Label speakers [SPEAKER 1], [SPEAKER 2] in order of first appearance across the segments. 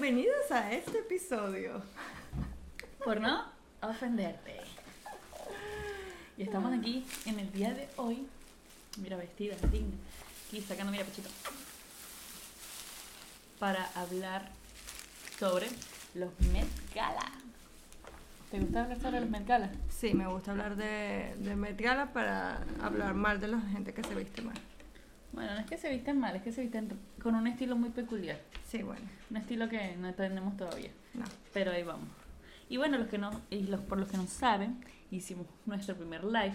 [SPEAKER 1] bienvenidos a este episodio.
[SPEAKER 2] Por no ofenderte. Y estamos aquí en el día de hoy. Mira, vestida, digna. Aquí sacando, mira, pechito. Para hablar sobre los Met Gala. ¿Te gusta hablar sobre los Met Gala?
[SPEAKER 1] Sí, me gusta hablar de, de Met Gala para hablar mal de la gente que se viste mal.
[SPEAKER 2] Bueno, no es que se visten mal, es que se visten con un estilo muy peculiar.
[SPEAKER 1] Sí, bueno,
[SPEAKER 2] Un estilo que no entendemos todavía.
[SPEAKER 1] no.
[SPEAKER 2] Pero ahí vamos. Y bueno, los que no, y los, por los que no saben, hicimos nuestro primer live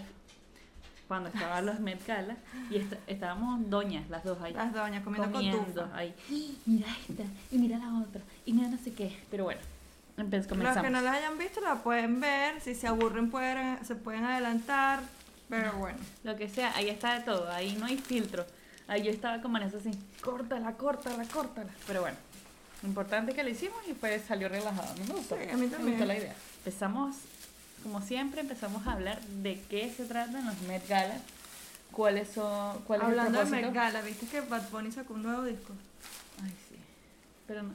[SPEAKER 2] cuando estaban los Met Gala y esta- estábamos doñas las dos ahí.
[SPEAKER 1] Las doñas Ah, comiendo,
[SPEAKER 2] comiendo
[SPEAKER 1] cotufa.
[SPEAKER 2] ahí. "Y Mira esta, y mira la otra, y mira no sé qué. Pero bueno, empe-
[SPEAKER 1] Los
[SPEAKER 2] comenzamos.
[SPEAKER 1] que no las hayan visto la pueden ver. Si se aburren pueden, se pueden adelantar. Pero bueno.
[SPEAKER 2] Lo que sea, ahí está de todo, ahí no hay filtro. Ahí yo estaba con Vanessa así, córtala, córtala, córtala. Pero bueno, lo importante es que lo hicimos y pues salió relajado. A mí me gustó,
[SPEAKER 1] Sí, a mí
[SPEAKER 2] me gustó
[SPEAKER 1] también.
[SPEAKER 2] la idea. Empezamos, como siempre, empezamos a hablar de qué se tratan los Met Gala, cuáles son, cuál es
[SPEAKER 1] Hablando
[SPEAKER 2] el
[SPEAKER 1] de Met
[SPEAKER 2] propósito.
[SPEAKER 1] Gala, ¿viste que Bad Bunny sacó un nuevo disco?
[SPEAKER 2] Ay, sí. Pero no,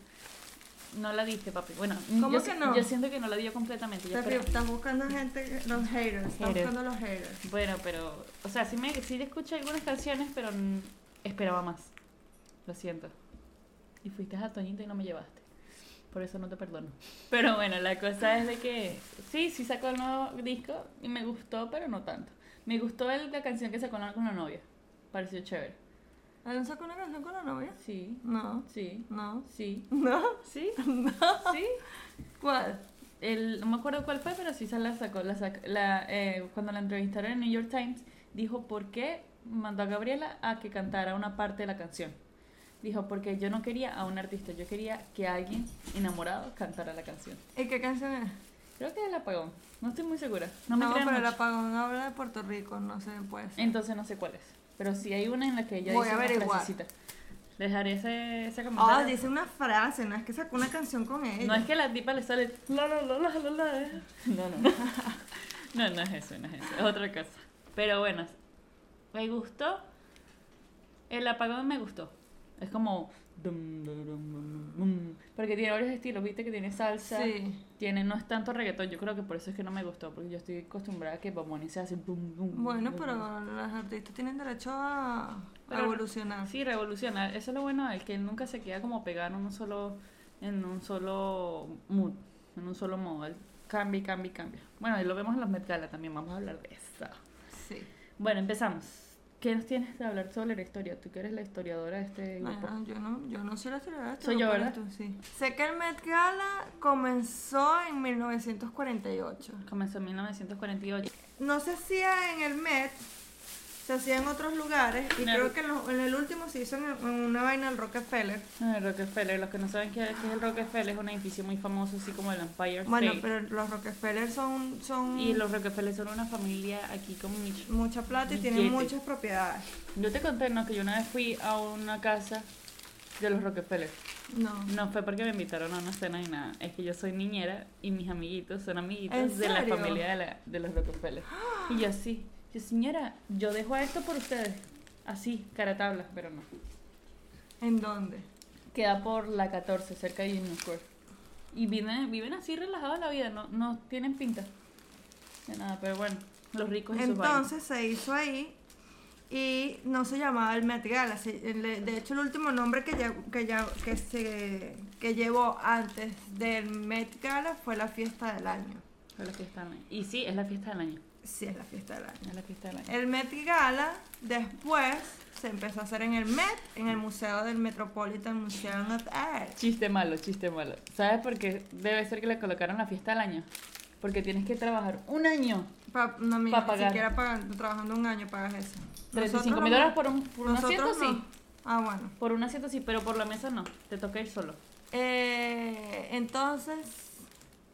[SPEAKER 2] no la viste, papi. Bueno,
[SPEAKER 1] ¿Cómo
[SPEAKER 2] yo,
[SPEAKER 1] que
[SPEAKER 2] si-
[SPEAKER 1] no?
[SPEAKER 2] yo siento que no la dio completamente. yo
[SPEAKER 1] Estás
[SPEAKER 2] espero-
[SPEAKER 1] estás buscando gente, los haters. Estás
[SPEAKER 2] Haters.
[SPEAKER 1] buscando los haters.
[SPEAKER 2] Bueno, pero, o sea, sí, me, sí escuché algunas canciones, pero mm, esperaba más. Lo siento. Y fuiste a Toñita y no me llevaste. Por eso no te perdono. Pero bueno, la cosa es de que sí, sí sacó el nuevo disco y me gustó, pero no tanto. Me gustó el- la canción que sacó la- con la novia. Pareció chévere.
[SPEAKER 1] ¿Alonso sacó una canción con la novia?
[SPEAKER 2] Sí,
[SPEAKER 1] No.
[SPEAKER 2] sí,
[SPEAKER 1] No.
[SPEAKER 2] sí,
[SPEAKER 1] ¿No?
[SPEAKER 2] sí, sí.
[SPEAKER 1] ¿Cuál?
[SPEAKER 2] El- no me acuerdo cuál fue, pero sí se la sacó. La sac- la, eh, cuando la entrevistaron en New York Times, dijo por qué mandó a Gabriela a que cantara una parte de la canción. Dijo, porque yo no quería a un artista, yo quería que alguien enamorado cantara la canción.
[SPEAKER 1] ¿Y qué canción es?
[SPEAKER 2] Creo que es el apagón, no estoy muy segura. No me crean
[SPEAKER 1] pero el
[SPEAKER 2] mucho.
[SPEAKER 1] apagón habla de Puerto Rico, no sé, pues. puede ser.
[SPEAKER 2] Entonces no sé cuál es. Pero sí hay una en la que ella
[SPEAKER 1] Voy
[SPEAKER 2] dice
[SPEAKER 1] a
[SPEAKER 2] una
[SPEAKER 1] averiguar.
[SPEAKER 2] frasecita. Les haré ese, ese
[SPEAKER 1] Ah,
[SPEAKER 2] comentario.
[SPEAKER 1] dice una frase, no es que sacó una canción con ella.
[SPEAKER 2] No es que la tipa le sale la la la la la la. No, no, no. No, no es eso, no es eso. Es otra cosa. Pero bueno, me gustó. El apagón me gustó. Es como. dum, dum, dum, dum, dum. Porque tiene varios estilos, viste que tiene salsa.
[SPEAKER 1] Sí.
[SPEAKER 2] Tiene, no es tanto reggaetón, yo creo que por eso es que no me gustó, porque yo estoy acostumbrada a que Bad Bunny se hace bum, bum,
[SPEAKER 1] Bueno,
[SPEAKER 2] bum, bum.
[SPEAKER 1] pero los artistas tienen derecho a, a
[SPEAKER 2] Pero-
[SPEAKER 1] evolucionar.
[SPEAKER 2] Sí, revolucionar. Eso es lo bueno de él, que él nunca se queda como pegado en un solo, en un solo mood, en un solo modo. Él cambia y cambia y cambia. Bueno, y lo vemos en los Met Gala también, vamos a hablar de eso.
[SPEAKER 1] Sí.
[SPEAKER 2] Bueno, empezamos. ¿Qué nos tienes de hablar sobre la historia? Tú que eres la historiadora de este
[SPEAKER 1] No,
[SPEAKER 2] grupo.
[SPEAKER 1] no, yo, no, yo no soy la historiadora.
[SPEAKER 2] Soy
[SPEAKER 1] tú,
[SPEAKER 2] yo,
[SPEAKER 1] pero
[SPEAKER 2] ¿verdad?
[SPEAKER 1] tú, sí. Sé que el Met Gala comenzó en 1948.
[SPEAKER 2] Comenzó en 1948.
[SPEAKER 1] No se hacía en el Met, se hacía en otros lugares. Y
[SPEAKER 2] En el-
[SPEAKER 1] creo que en, lo- en el último se hizo en, en una vaina del Rockefeller.
[SPEAKER 2] Ah, El Rockefeller, los que no saben qué, qué es el Rockefeller, es un edificio muy famoso, así como el Empire State.
[SPEAKER 1] Bueno, pero los Rockefeller son, son
[SPEAKER 2] Y los Rockefeller son una familia aquí con mucho-
[SPEAKER 1] mucha plata y tienen
[SPEAKER 2] Billete.
[SPEAKER 1] muchas propiedades.
[SPEAKER 2] Yo te conté, ¿no? Que yo una vez fui a una casa de los Rockefeller.
[SPEAKER 1] No.
[SPEAKER 2] No fue porque me invitaron a una cena ni nada. Es que yo soy niñera y mis amiguitos son amiguitos
[SPEAKER 1] ¿En
[SPEAKER 2] de la
[SPEAKER 1] serio?
[SPEAKER 2] familia de, la- de los Rockefeller. Y yo así, yo señora, yo dejo a esto por ustedes. Así, cara tabla, pero no.
[SPEAKER 1] ¿En dónde?
[SPEAKER 2] Queda por la 14, cerca de Union Square. Y viven, viven así relajados la vida, no, no tienen pinta de nada, pero bueno, los ricos y sus vainas.
[SPEAKER 1] Entonces se hizo ahí y no se llamaba el Met Gala. se- le- De hecho, el último nombre que, lle- que, ya- que, se, que llevó antes del Met Gala fue la fiesta del año.
[SPEAKER 2] Fue la fiesta del año. Y sí, es la fiesta del año.
[SPEAKER 1] Sí, es la fiesta del año.
[SPEAKER 2] Es la fiesta del año.
[SPEAKER 1] El Met Gala después se empezó a hacer en el Met, en el Museo del Metropolitan Museum of Art.
[SPEAKER 2] Chiste malo, chiste malo. ¿Sabes por qué debe ser que le colocaron la fiesta al año? Porque tienes que trabajar un año.
[SPEAKER 1] Pa- no, mira,
[SPEAKER 2] Pa'
[SPEAKER 1] ni
[SPEAKER 2] pagar.
[SPEAKER 1] siquiera pagando, trabajando un año pagas eso.
[SPEAKER 2] 35
[SPEAKER 1] Nosotros
[SPEAKER 2] mil
[SPEAKER 1] no-
[SPEAKER 2] dólares por un, por un asiento,
[SPEAKER 1] nosotros no.
[SPEAKER 2] sí.
[SPEAKER 1] Ah, bueno.
[SPEAKER 2] Por un asiento, sí, pero por la mesa no. Te toca ir solo.
[SPEAKER 1] Eh, entonces,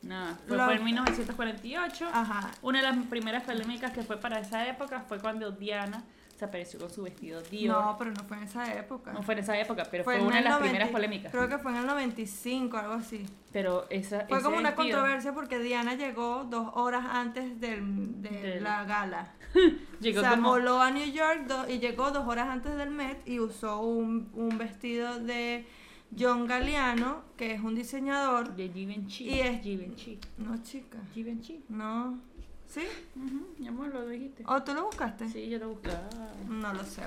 [SPEAKER 2] Nada. Fue
[SPEAKER 1] Lo-
[SPEAKER 2] fue en 1948.
[SPEAKER 1] ajá,
[SPEAKER 2] Una de las primeras polémicas que fue para esa época fue cuando Diana se apareció con su vestido
[SPEAKER 1] No,
[SPEAKER 2] Dior.
[SPEAKER 1] pero no fue en esa época.
[SPEAKER 2] No, fue en esa época, pero fue,
[SPEAKER 1] en
[SPEAKER 2] una de
[SPEAKER 1] el
[SPEAKER 2] las
[SPEAKER 1] 90
[SPEAKER 2] primeras polémicas.
[SPEAKER 1] Creo que fue en el 95, algo así.
[SPEAKER 2] Pero esa
[SPEAKER 1] Fue
[SPEAKER 2] ese
[SPEAKER 1] como una
[SPEAKER 2] vestido-
[SPEAKER 1] controversia porque Diana llegó dos horas antes del- de
[SPEAKER 2] Del-
[SPEAKER 1] la gala.
[SPEAKER 2] Llegó
[SPEAKER 1] o sea,
[SPEAKER 2] como-
[SPEAKER 1] voló a New York do- y llegó dos horas antes del Met y usó un, un vestido de John Galliano, que es un diseñador.
[SPEAKER 2] De Givenchy.
[SPEAKER 1] Y es-
[SPEAKER 2] Givenchy.
[SPEAKER 1] No, chica.
[SPEAKER 2] Givenchy.
[SPEAKER 1] No. ¿Sí?
[SPEAKER 2] Ujú, Mi amor, lo dijiste.
[SPEAKER 1] ¿O tú lo buscaste?
[SPEAKER 2] Sí, yo lo buscaba.
[SPEAKER 1] No lo sé.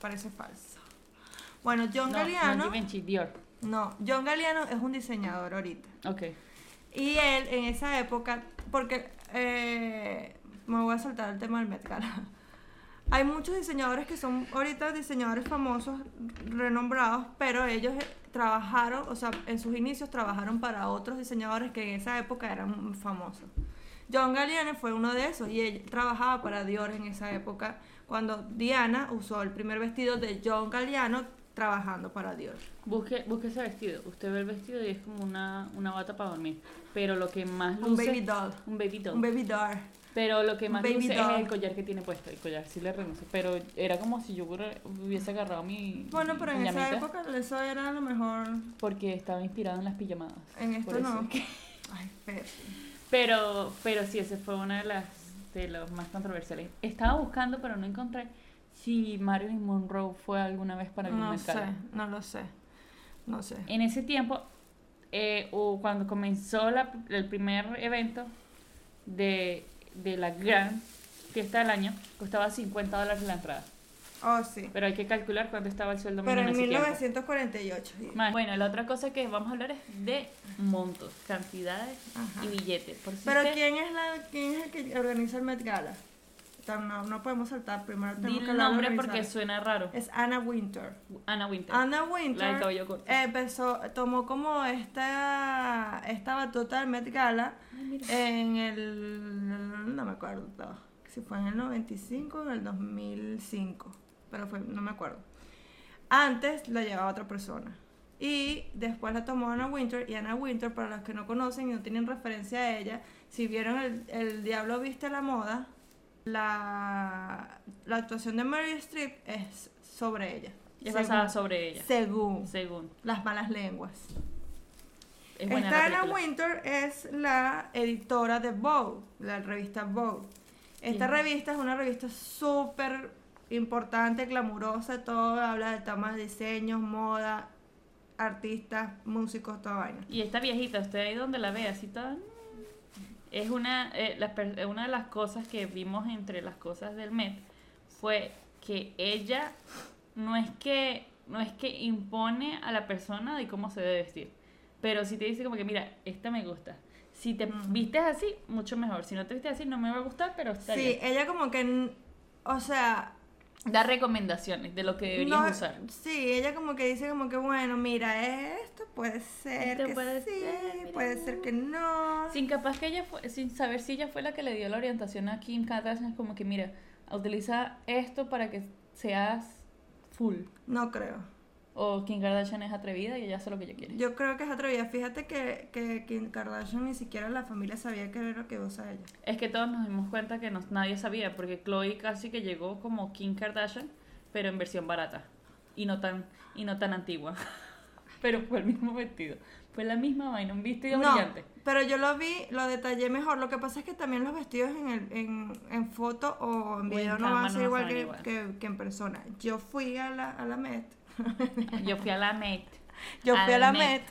[SPEAKER 1] Parece falso. Bueno, John
[SPEAKER 2] no,
[SPEAKER 1] Galliano.
[SPEAKER 2] No, Givenchy, Dior.
[SPEAKER 1] No, John Galliano es un diseñador ahorita.
[SPEAKER 2] Ok.
[SPEAKER 1] Y él en esa época, porque eh, me voy a saltar el tema del Met Gala. Hay muchos diseñadores que son ahorita diseñadores famosos, renombrados, pero ellos eh, trabajaron, o sea, en sus inicios trabajaron para otros diseñadores que en esa época eran famosos. John Galliano fue uno de esos y él trabajaba para Dior en esa época cuando Diana usó el primer vestido de John Galliano trabajando para Dior.
[SPEAKER 2] Busque, busque ese vestido. Usted ve el vestido y es como una, una bata para dormir. Pero lo que más luce.
[SPEAKER 1] Un baby doll.
[SPEAKER 2] Un baby doll.
[SPEAKER 1] Un baby doll.
[SPEAKER 2] Pero lo que
[SPEAKER 1] Un
[SPEAKER 2] más
[SPEAKER 1] baby
[SPEAKER 2] luce
[SPEAKER 1] doll.
[SPEAKER 2] es el collar que tiene puesto. El collar sí le renuncio. Pero era como si yo hubiera- hubiese agarrado mi.
[SPEAKER 1] Bueno, pero en
[SPEAKER 2] mi
[SPEAKER 1] esa
[SPEAKER 2] llamita,
[SPEAKER 1] época eso era lo mejor.
[SPEAKER 2] Porque estaba inspirado en las pijamadas.
[SPEAKER 1] En esto
[SPEAKER 2] Por eso
[SPEAKER 1] no.
[SPEAKER 2] es que-
[SPEAKER 1] Ay, Fer.
[SPEAKER 2] Pero, pero sí, ese fue uno de, las, de los más controversiales. Estaba buscando, pero no encontré si Marilyn Monroe fue alguna vez para algún
[SPEAKER 1] No
[SPEAKER 2] mercado.
[SPEAKER 1] sé, no lo sé. No sé.
[SPEAKER 2] En ese tiempo, eh, o cuando comenzó la- el primer evento de, de la gran fiesta del año, costaba 50 dólares la entrada.
[SPEAKER 1] Oh, sí.
[SPEAKER 2] Pero hay que calcular cuánto estaba el sueldo
[SPEAKER 1] Pero
[SPEAKER 2] mínimo
[SPEAKER 1] en
[SPEAKER 2] en ese tiempo.
[SPEAKER 1] 1948. y-
[SPEAKER 2] Ma- Bueno, la otra cosa que vamos a hablar es de montos, cantidades
[SPEAKER 1] Ajá.
[SPEAKER 2] y billetes. Por si
[SPEAKER 1] Pero
[SPEAKER 2] usted-
[SPEAKER 1] ¿quién es, la, quién es el que organiza el Met Gala? O sea, No, no podemos saltar primero.
[SPEAKER 2] Di
[SPEAKER 1] Tenemos que
[SPEAKER 2] el
[SPEAKER 1] hablar de
[SPEAKER 2] nombre
[SPEAKER 1] organizar.
[SPEAKER 2] porque suena raro.
[SPEAKER 1] Es Anna Winter.
[SPEAKER 2] Anna Winter.
[SPEAKER 1] Anna
[SPEAKER 2] La del
[SPEAKER 1] Winter
[SPEAKER 2] cabello corto.
[SPEAKER 1] empezó, tomó como esta, esta batuta del Met Gala en el. No me acuerdo si fue en el 95 o en el 2005, pero fue, no me acuerdo. Antes la llevaba otra persona. Y después la tomó Anna Winter. Y Anna Winter, para los que no conocen y no tienen referencia a ella, si vieron El, el Diablo Viste la Moda, la, la actuación de Mary Streep es sobre ella.
[SPEAKER 2] Y es
[SPEAKER 1] Según-
[SPEAKER 2] basada sobre ella.
[SPEAKER 1] Según
[SPEAKER 2] Según.
[SPEAKER 1] las malas lenguas.
[SPEAKER 2] Es buena
[SPEAKER 1] Esta
[SPEAKER 2] la
[SPEAKER 1] Anna
[SPEAKER 2] película.
[SPEAKER 1] Winter es la editora de Vogue, la revista Vogue. Esta
[SPEAKER 2] Bien.
[SPEAKER 1] revista es una revista súper importante, glamurosa, todo habla de temas de diseños, moda, artistas, músicos, toda vaina.
[SPEAKER 2] Y esta viejita, usted ahí donde la ve, así toda... Es una, eh, las per- eh, una de las cosas que vimos entre las cosas del Met fue que ella no es que no es que impone a la persona de cómo se debe vestir, pero si te dice como que mira, esta me gusta. Si te
[SPEAKER 1] Ujú.
[SPEAKER 2] vistes así, mucho mejor. Si no te vistes así, no me va a gustar, pero está
[SPEAKER 1] Sí,
[SPEAKER 2] bien.
[SPEAKER 1] ella como que, n- o sea,
[SPEAKER 2] Da recomendaciones de lo que deberías
[SPEAKER 1] no-
[SPEAKER 2] usar.
[SPEAKER 1] Sí, ella como que dice como que bueno, mira, esto puede ser
[SPEAKER 2] Esto
[SPEAKER 1] que
[SPEAKER 2] puede
[SPEAKER 1] sí,
[SPEAKER 2] ser, mira,
[SPEAKER 1] puede
[SPEAKER 2] no.
[SPEAKER 1] ser que no.
[SPEAKER 2] Sin capaz que ella fue, sin saber si ella fue la que le dio la orientación a Kim Kardashian, como que mira, utiliza esto para que seas full.
[SPEAKER 1] No creo.
[SPEAKER 2] O Kim Kardashian es atrevida y ella hace lo que ella quiere.
[SPEAKER 1] Yo creo que es atrevida. Fíjate que, que Kim Kardashian ni siquiera la familia sabía que era lo que usa ella.
[SPEAKER 2] Es que todos nos dimos cuenta que nos- nadie sabía, porque Chloe casi que llegó como Kim Kardashian, pero en versión barata. Y no tan, y no tan antigua. pero fue el mismo vestido. Fue la misma vaina, un vestido
[SPEAKER 1] no,
[SPEAKER 2] brillante.
[SPEAKER 1] pero yo lo vi, lo detallé mejor. Lo que pasa es que también los vestidos en, el- en, en foto o en
[SPEAKER 2] en
[SPEAKER 1] video no
[SPEAKER 2] cámara
[SPEAKER 1] van a
[SPEAKER 2] no
[SPEAKER 1] ser
[SPEAKER 2] van
[SPEAKER 1] igual
[SPEAKER 2] a
[SPEAKER 1] que,
[SPEAKER 2] ser igual.
[SPEAKER 1] que- que en persona. Yo fui a la, a la Met.
[SPEAKER 2] Yo fui a la Met.
[SPEAKER 1] Yo
[SPEAKER 2] A
[SPEAKER 1] fui a
[SPEAKER 2] la
[SPEAKER 1] la
[SPEAKER 2] Met.
[SPEAKER 1] Met.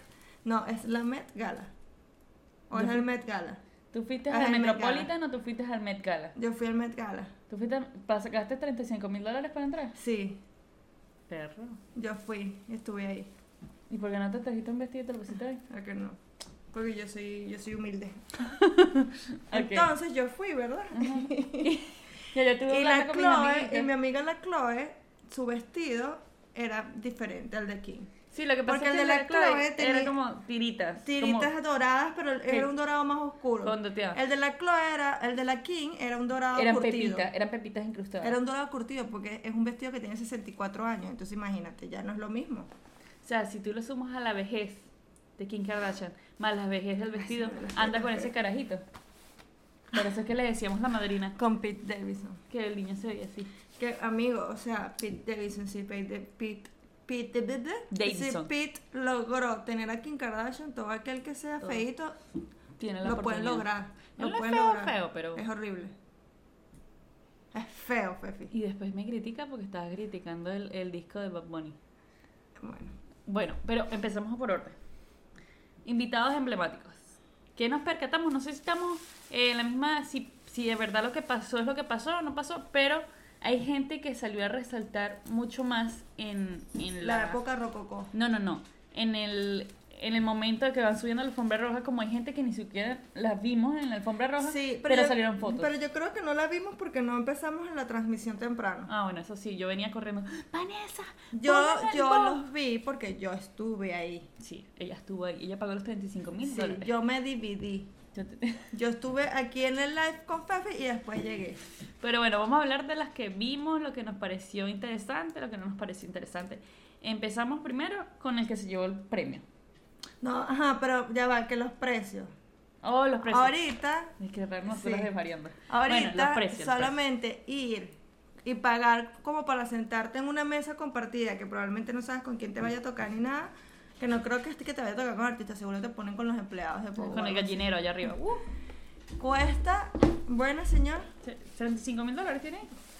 [SPEAKER 1] No, es la Met Gala. O
[SPEAKER 2] Yo
[SPEAKER 1] es el
[SPEAKER 2] fui-
[SPEAKER 1] Met Gala.
[SPEAKER 2] ¿Tú fuiste
[SPEAKER 1] Ah,
[SPEAKER 2] al
[SPEAKER 1] el Met Gala.
[SPEAKER 2] Metropolitan o tú fuiste al Met Gala?
[SPEAKER 1] Yo fui al Met Gala.
[SPEAKER 2] ¿Tú fuiste, gastaste 35 mil dólares para entrar?
[SPEAKER 1] Sí,
[SPEAKER 2] Perro.
[SPEAKER 1] yo fui. Estuve ahí.
[SPEAKER 2] ¿Y por qué no te trajiste un vestido y te lo pusiste ahí?
[SPEAKER 1] ¿A que no? Porque yo soy, yo soy humilde.
[SPEAKER 2] Ok.
[SPEAKER 1] Entonces yo fui, ¿verdad?
[SPEAKER 2] Ya, yo estuve
[SPEAKER 1] Y la
[SPEAKER 2] hablando con mis
[SPEAKER 1] Chloe,
[SPEAKER 2] amiguitas.
[SPEAKER 1] y mi amiga la Chloe, su vestido era diferente al de Kim.
[SPEAKER 2] Sí, lo que pasa
[SPEAKER 1] porque
[SPEAKER 2] es que
[SPEAKER 1] el de la Chloe
[SPEAKER 2] era
[SPEAKER 1] tenía
[SPEAKER 2] como tiritas.
[SPEAKER 1] Tiritas doradas, pero
[SPEAKER 2] Sí.
[SPEAKER 1] era un dorado más oscuro.
[SPEAKER 2] como gondoteadas.
[SPEAKER 1] El de la Chloe era, el de la Kim era un dorado
[SPEAKER 2] Eran
[SPEAKER 1] curtido.
[SPEAKER 2] pepitas, eran pepitas incrustadas.
[SPEAKER 1] Era un dorado curtido porque es un vestido que tiene 64 años, entonces imagínate, ya no es lo mismo.
[SPEAKER 2] O sea, si tú lo sumas a la vejez de Kim Kardashian, más la vejez del vestido,
[SPEAKER 1] me lo estoy
[SPEAKER 2] anda con ese carajito. Por eso es que le decíamos la madrina
[SPEAKER 1] Con Pete Davidson.
[SPEAKER 2] que el niño se veía así.
[SPEAKER 1] Que amigo, o sea, Pete Davidson, sí, Pete, Pete, Pete, Pete,
[SPEAKER 2] Davidson.
[SPEAKER 1] Si Pete logró tener a Kim Kardashian, todo aquel que sea
[SPEAKER 2] Todo.
[SPEAKER 1] feito
[SPEAKER 2] Tiene la
[SPEAKER 1] lo pueden
[SPEAKER 2] oportunidad.
[SPEAKER 1] lograr.
[SPEAKER 2] No
[SPEAKER 1] Lo
[SPEAKER 2] es
[SPEAKER 1] pueden
[SPEAKER 2] feo,
[SPEAKER 1] lograr.
[SPEAKER 2] feo, pero-
[SPEAKER 1] Es horrible. Es feo, Fefi.
[SPEAKER 2] Y después me critica porque estaba criticando el, el disco de Bad Bunny.
[SPEAKER 1] Bueno.
[SPEAKER 2] Bueno, pero empezamos por orden. Invitados emblemáticos. ¿Qué nos percatamos? No sé si estamos eh, en la misma, si, si de verdad lo que pasó es lo que pasó o no pasó, pero hay gente que salió a resaltar mucho más en, en
[SPEAKER 1] La época rococó.
[SPEAKER 2] No, no, no. En el, en el momento de que van subiendo la alfombra roja, como hay gente que ni siquiera las vimos en la alfombra roja,
[SPEAKER 1] Sí,
[SPEAKER 2] pero,
[SPEAKER 1] yo-
[SPEAKER 2] salieron fotos.
[SPEAKER 1] Pero yo creo que no la vimos porque no empezamos en la transmisión temprano.
[SPEAKER 2] Ah, bueno, eso sí, yo venía corriendo. ¡Vanessa!
[SPEAKER 1] Yo,
[SPEAKER 2] pongan el
[SPEAKER 1] yo
[SPEAKER 2] bot".
[SPEAKER 1] los vi porque yo estuve ahí.
[SPEAKER 2] Sí, ella estuvo ahí. Ella pagó los 35 mil
[SPEAKER 1] Sí,
[SPEAKER 2] dólares.
[SPEAKER 1] yo me dividí.
[SPEAKER 2] Yo te-
[SPEAKER 1] Yo estuve aquí en el live con Fefe y después llegué.
[SPEAKER 2] Pero bueno, vamos a hablar de las que vimos, lo que nos pareció interesante, lo que no nos pareció interesante. Empezamos primero con el que se llevó el premio.
[SPEAKER 1] No, ajá, pero ya va, que los precios.
[SPEAKER 2] Oh, los precios.
[SPEAKER 1] Ahorita,
[SPEAKER 2] Es que raro,
[SPEAKER 1] Sí.
[SPEAKER 2] nosotros desvariando.
[SPEAKER 1] ahorita
[SPEAKER 2] bueno, los precios. pues. los
[SPEAKER 1] solamente ir y pagar como para sentarte en una mesa compartida que probablemente no sabes con quién te vaya a tocar ni nada. Que no creo que, que te vaya a tocar con artistas, seguro te ponen con los empleados de
[SPEAKER 2] precios.
[SPEAKER 1] Pogo.
[SPEAKER 2] Con el gallinero allá arriba. Uh,
[SPEAKER 1] Cuesta, bueno señor,
[SPEAKER 2] se- 35 mil dólares tiene.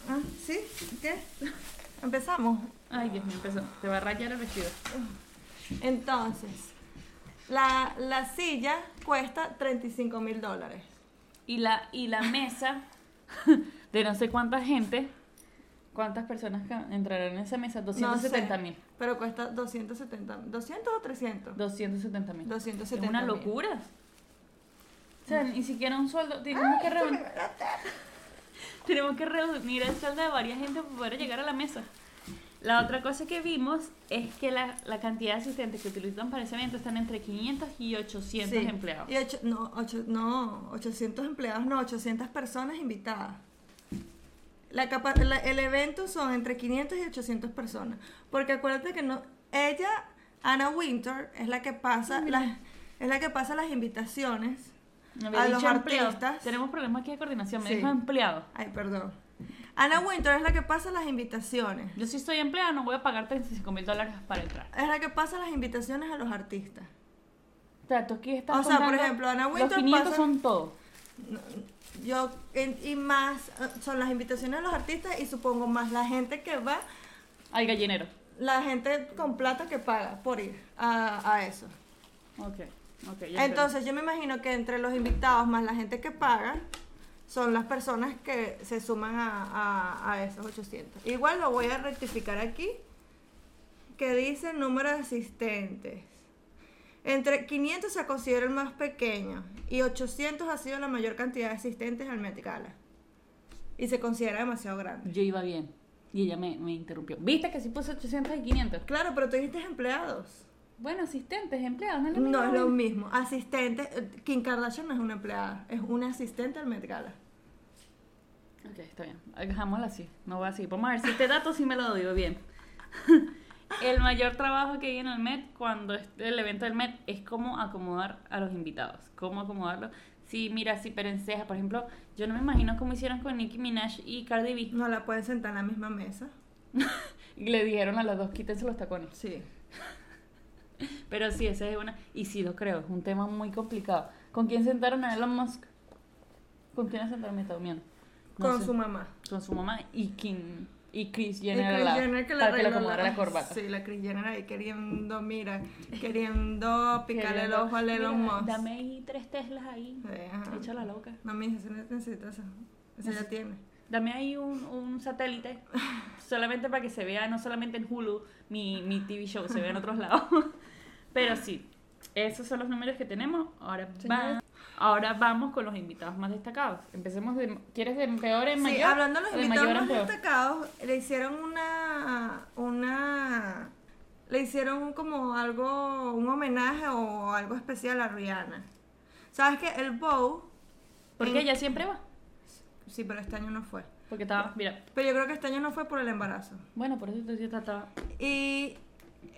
[SPEAKER 1] Ah, ¿Sí? ¿Qué? Empezamos.
[SPEAKER 2] Ay, Dios mío, empezó. Te va a rayar el vestido.
[SPEAKER 1] Entonces, la, la silla cuesta 35 mil dólares.
[SPEAKER 2] Y la, y la mesa de no sé cuánta gente, cuántas personas ca- entrarán en esa mesa,
[SPEAKER 1] No
[SPEAKER 2] 270 mil.
[SPEAKER 1] sé, pero cuesta 270 ¿200 o 300?
[SPEAKER 2] 270 mil. Es
[SPEAKER 1] 270
[SPEAKER 2] una locura. O sea, ni siquiera un sueldo. Tenemos que, reunir, tenemos que reunir el sueldo de varias gente para poder llegar a la mesa. La otra cosa que vimos es que la, la cantidad de asistentes que utilizan para ese evento están entre 500 y 800
[SPEAKER 1] Sí,
[SPEAKER 2] empleados.
[SPEAKER 1] Y ocho- no, ocho- no, 800 empleados, no, 800 personas invitadas. La capa- la- el evento son entre 500 y 800 personas. Porque acuérdate que no, ella, Anna Winter, es la que pasa, las, es la que pasa las invitaciones.
[SPEAKER 2] Me había
[SPEAKER 1] a los
[SPEAKER 2] dicho empleados.
[SPEAKER 1] artistas.
[SPEAKER 2] Tenemos problemas aquí de coordinación. Me
[SPEAKER 1] Sí.
[SPEAKER 2] dijo empleado.
[SPEAKER 1] Ay, perdón. Anna Winter es la que pasa las invitaciones.
[SPEAKER 2] Yo si soy empleado no voy a pagar 35 mil dólares para entrar.
[SPEAKER 1] Es la que pasa las invitaciones a los artistas.
[SPEAKER 2] O sea, tú aquí estás
[SPEAKER 1] O sea, por
[SPEAKER 2] contando-
[SPEAKER 1] ejemplo, Ana
[SPEAKER 2] Los
[SPEAKER 1] Wintour
[SPEAKER 2] 500
[SPEAKER 1] pasa-
[SPEAKER 2] son todo.
[SPEAKER 1] Yo, en- y más, eh, son las invitaciones a los artistas y supongo más la gente que va,
[SPEAKER 2] Al gallinero.
[SPEAKER 1] la gente con plata que paga por ir a, a eso.
[SPEAKER 2] Ok, ok. ya entendí.
[SPEAKER 1] Entonces yo me imagino que entre los invitados más la gente que paga son las personas que se suman a, a- a esos 800. Igual lo voy a rectificar aquí, que dice número de asistentes. Entre 500 se considera el más pequeño y 800 ha sido la mayor cantidad de asistentes al Met Gala. Y se considera demasiado grande.
[SPEAKER 2] Yo iba bien. Y ella me, me interrumpió. ¿Viste que sí puse 800 y 500?
[SPEAKER 1] Claro, pero tú dijiste empleados.
[SPEAKER 2] Bueno, asistentes, empleados, no es lo mismo.
[SPEAKER 1] No es lo mismo. Asistente, eh, Kim Kardashian no es una empleada, es una asistente al Met Gala.
[SPEAKER 2] Ok, está bien. Dejámoslo así. No va así. Vamos a ver si este dato sí me lo digo bien. el mayor trabajo que hay en el Met cuando es el evento del Met es cómo acomodar a los invitados. Cómo acomodarlos. Sí, mira, sí, pero en cejas, por ejemplo, yo no me imagino cómo hicieron con Nicki Minaj y Cardi B.
[SPEAKER 1] No la pueden sentar en la misma mesa.
[SPEAKER 2] Y Le dijeron a las dos, quítense los tacones.
[SPEAKER 1] Sí.
[SPEAKER 2] Pero sí, esa es una. Y sí, lo creo, es un tema muy complicado. ¿Con quién sentaron a Elon Musk? ¿Con quién la sentaron? Me está durmiendo. No
[SPEAKER 1] Con
[SPEAKER 2] sé.
[SPEAKER 1] su mamá.
[SPEAKER 2] Con su mamá y Kim. Y Chris
[SPEAKER 1] Y
[SPEAKER 2] Jenner, al
[SPEAKER 1] Kris
[SPEAKER 2] lado,
[SPEAKER 1] Jenner que le
[SPEAKER 2] para que le
[SPEAKER 1] arregló
[SPEAKER 2] acomodara la corbata.
[SPEAKER 1] Sí, la Kris Jenner ahí queriendo, mira, queriendo picarle el ojo a
[SPEAKER 2] Mira,
[SPEAKER 1] Elon Musk.
[SPEAKER 2] Dame ahí tres teslas ahí.
[SPEAKER 1] Sí, ajá.
[SPEAKER 2] Échala loca.
[SPEAKER 1] No, mi hija, se necesita eso. Eso ya tiene.
[SPEAKER 2] Dame ahí un, un satélite. solamente para que se vea, no solamente en Hulu, mi, mi TV show, se vea en otros lados. Pero sí, esos son los números que tenemos. Ahora, va- ahora vamos con los invitados más destacados. Empecemos de. ¿Quieres de peor en
[SPEAKER 1] Sí,
[SPEAKER 2] mayor?
[SPEAKER 1] hablando de
[SPEAKER 2] ¿O
[SPEAKER 1] los
[SPEAKER 2] mayor
[SPEAKER 1] invitados
[SPEAKER 2] en
[SPEAKER 1] más
[SPEAKER 2] peor?
[SPEAKER 1] destacados, le hicieron una, una, le hicieron como algo, un homenaje o algo especial a Rihanna. Sabes que el Bow,
[SPEAKER 2] Porque
[SPEAKER 1] en-
[SPEAKER 2] ella siempre va.
[SPEAKER 1] sí, pero este año no fue.
[SPEAKER 2] Porque estaba. Mira.
[SPEAKER 1] Pero yo creo que este año no fue por el embarazo.
[SPEAKER 2] Bueno, por eso te decía, estaba.
[SPEAKER 1] Y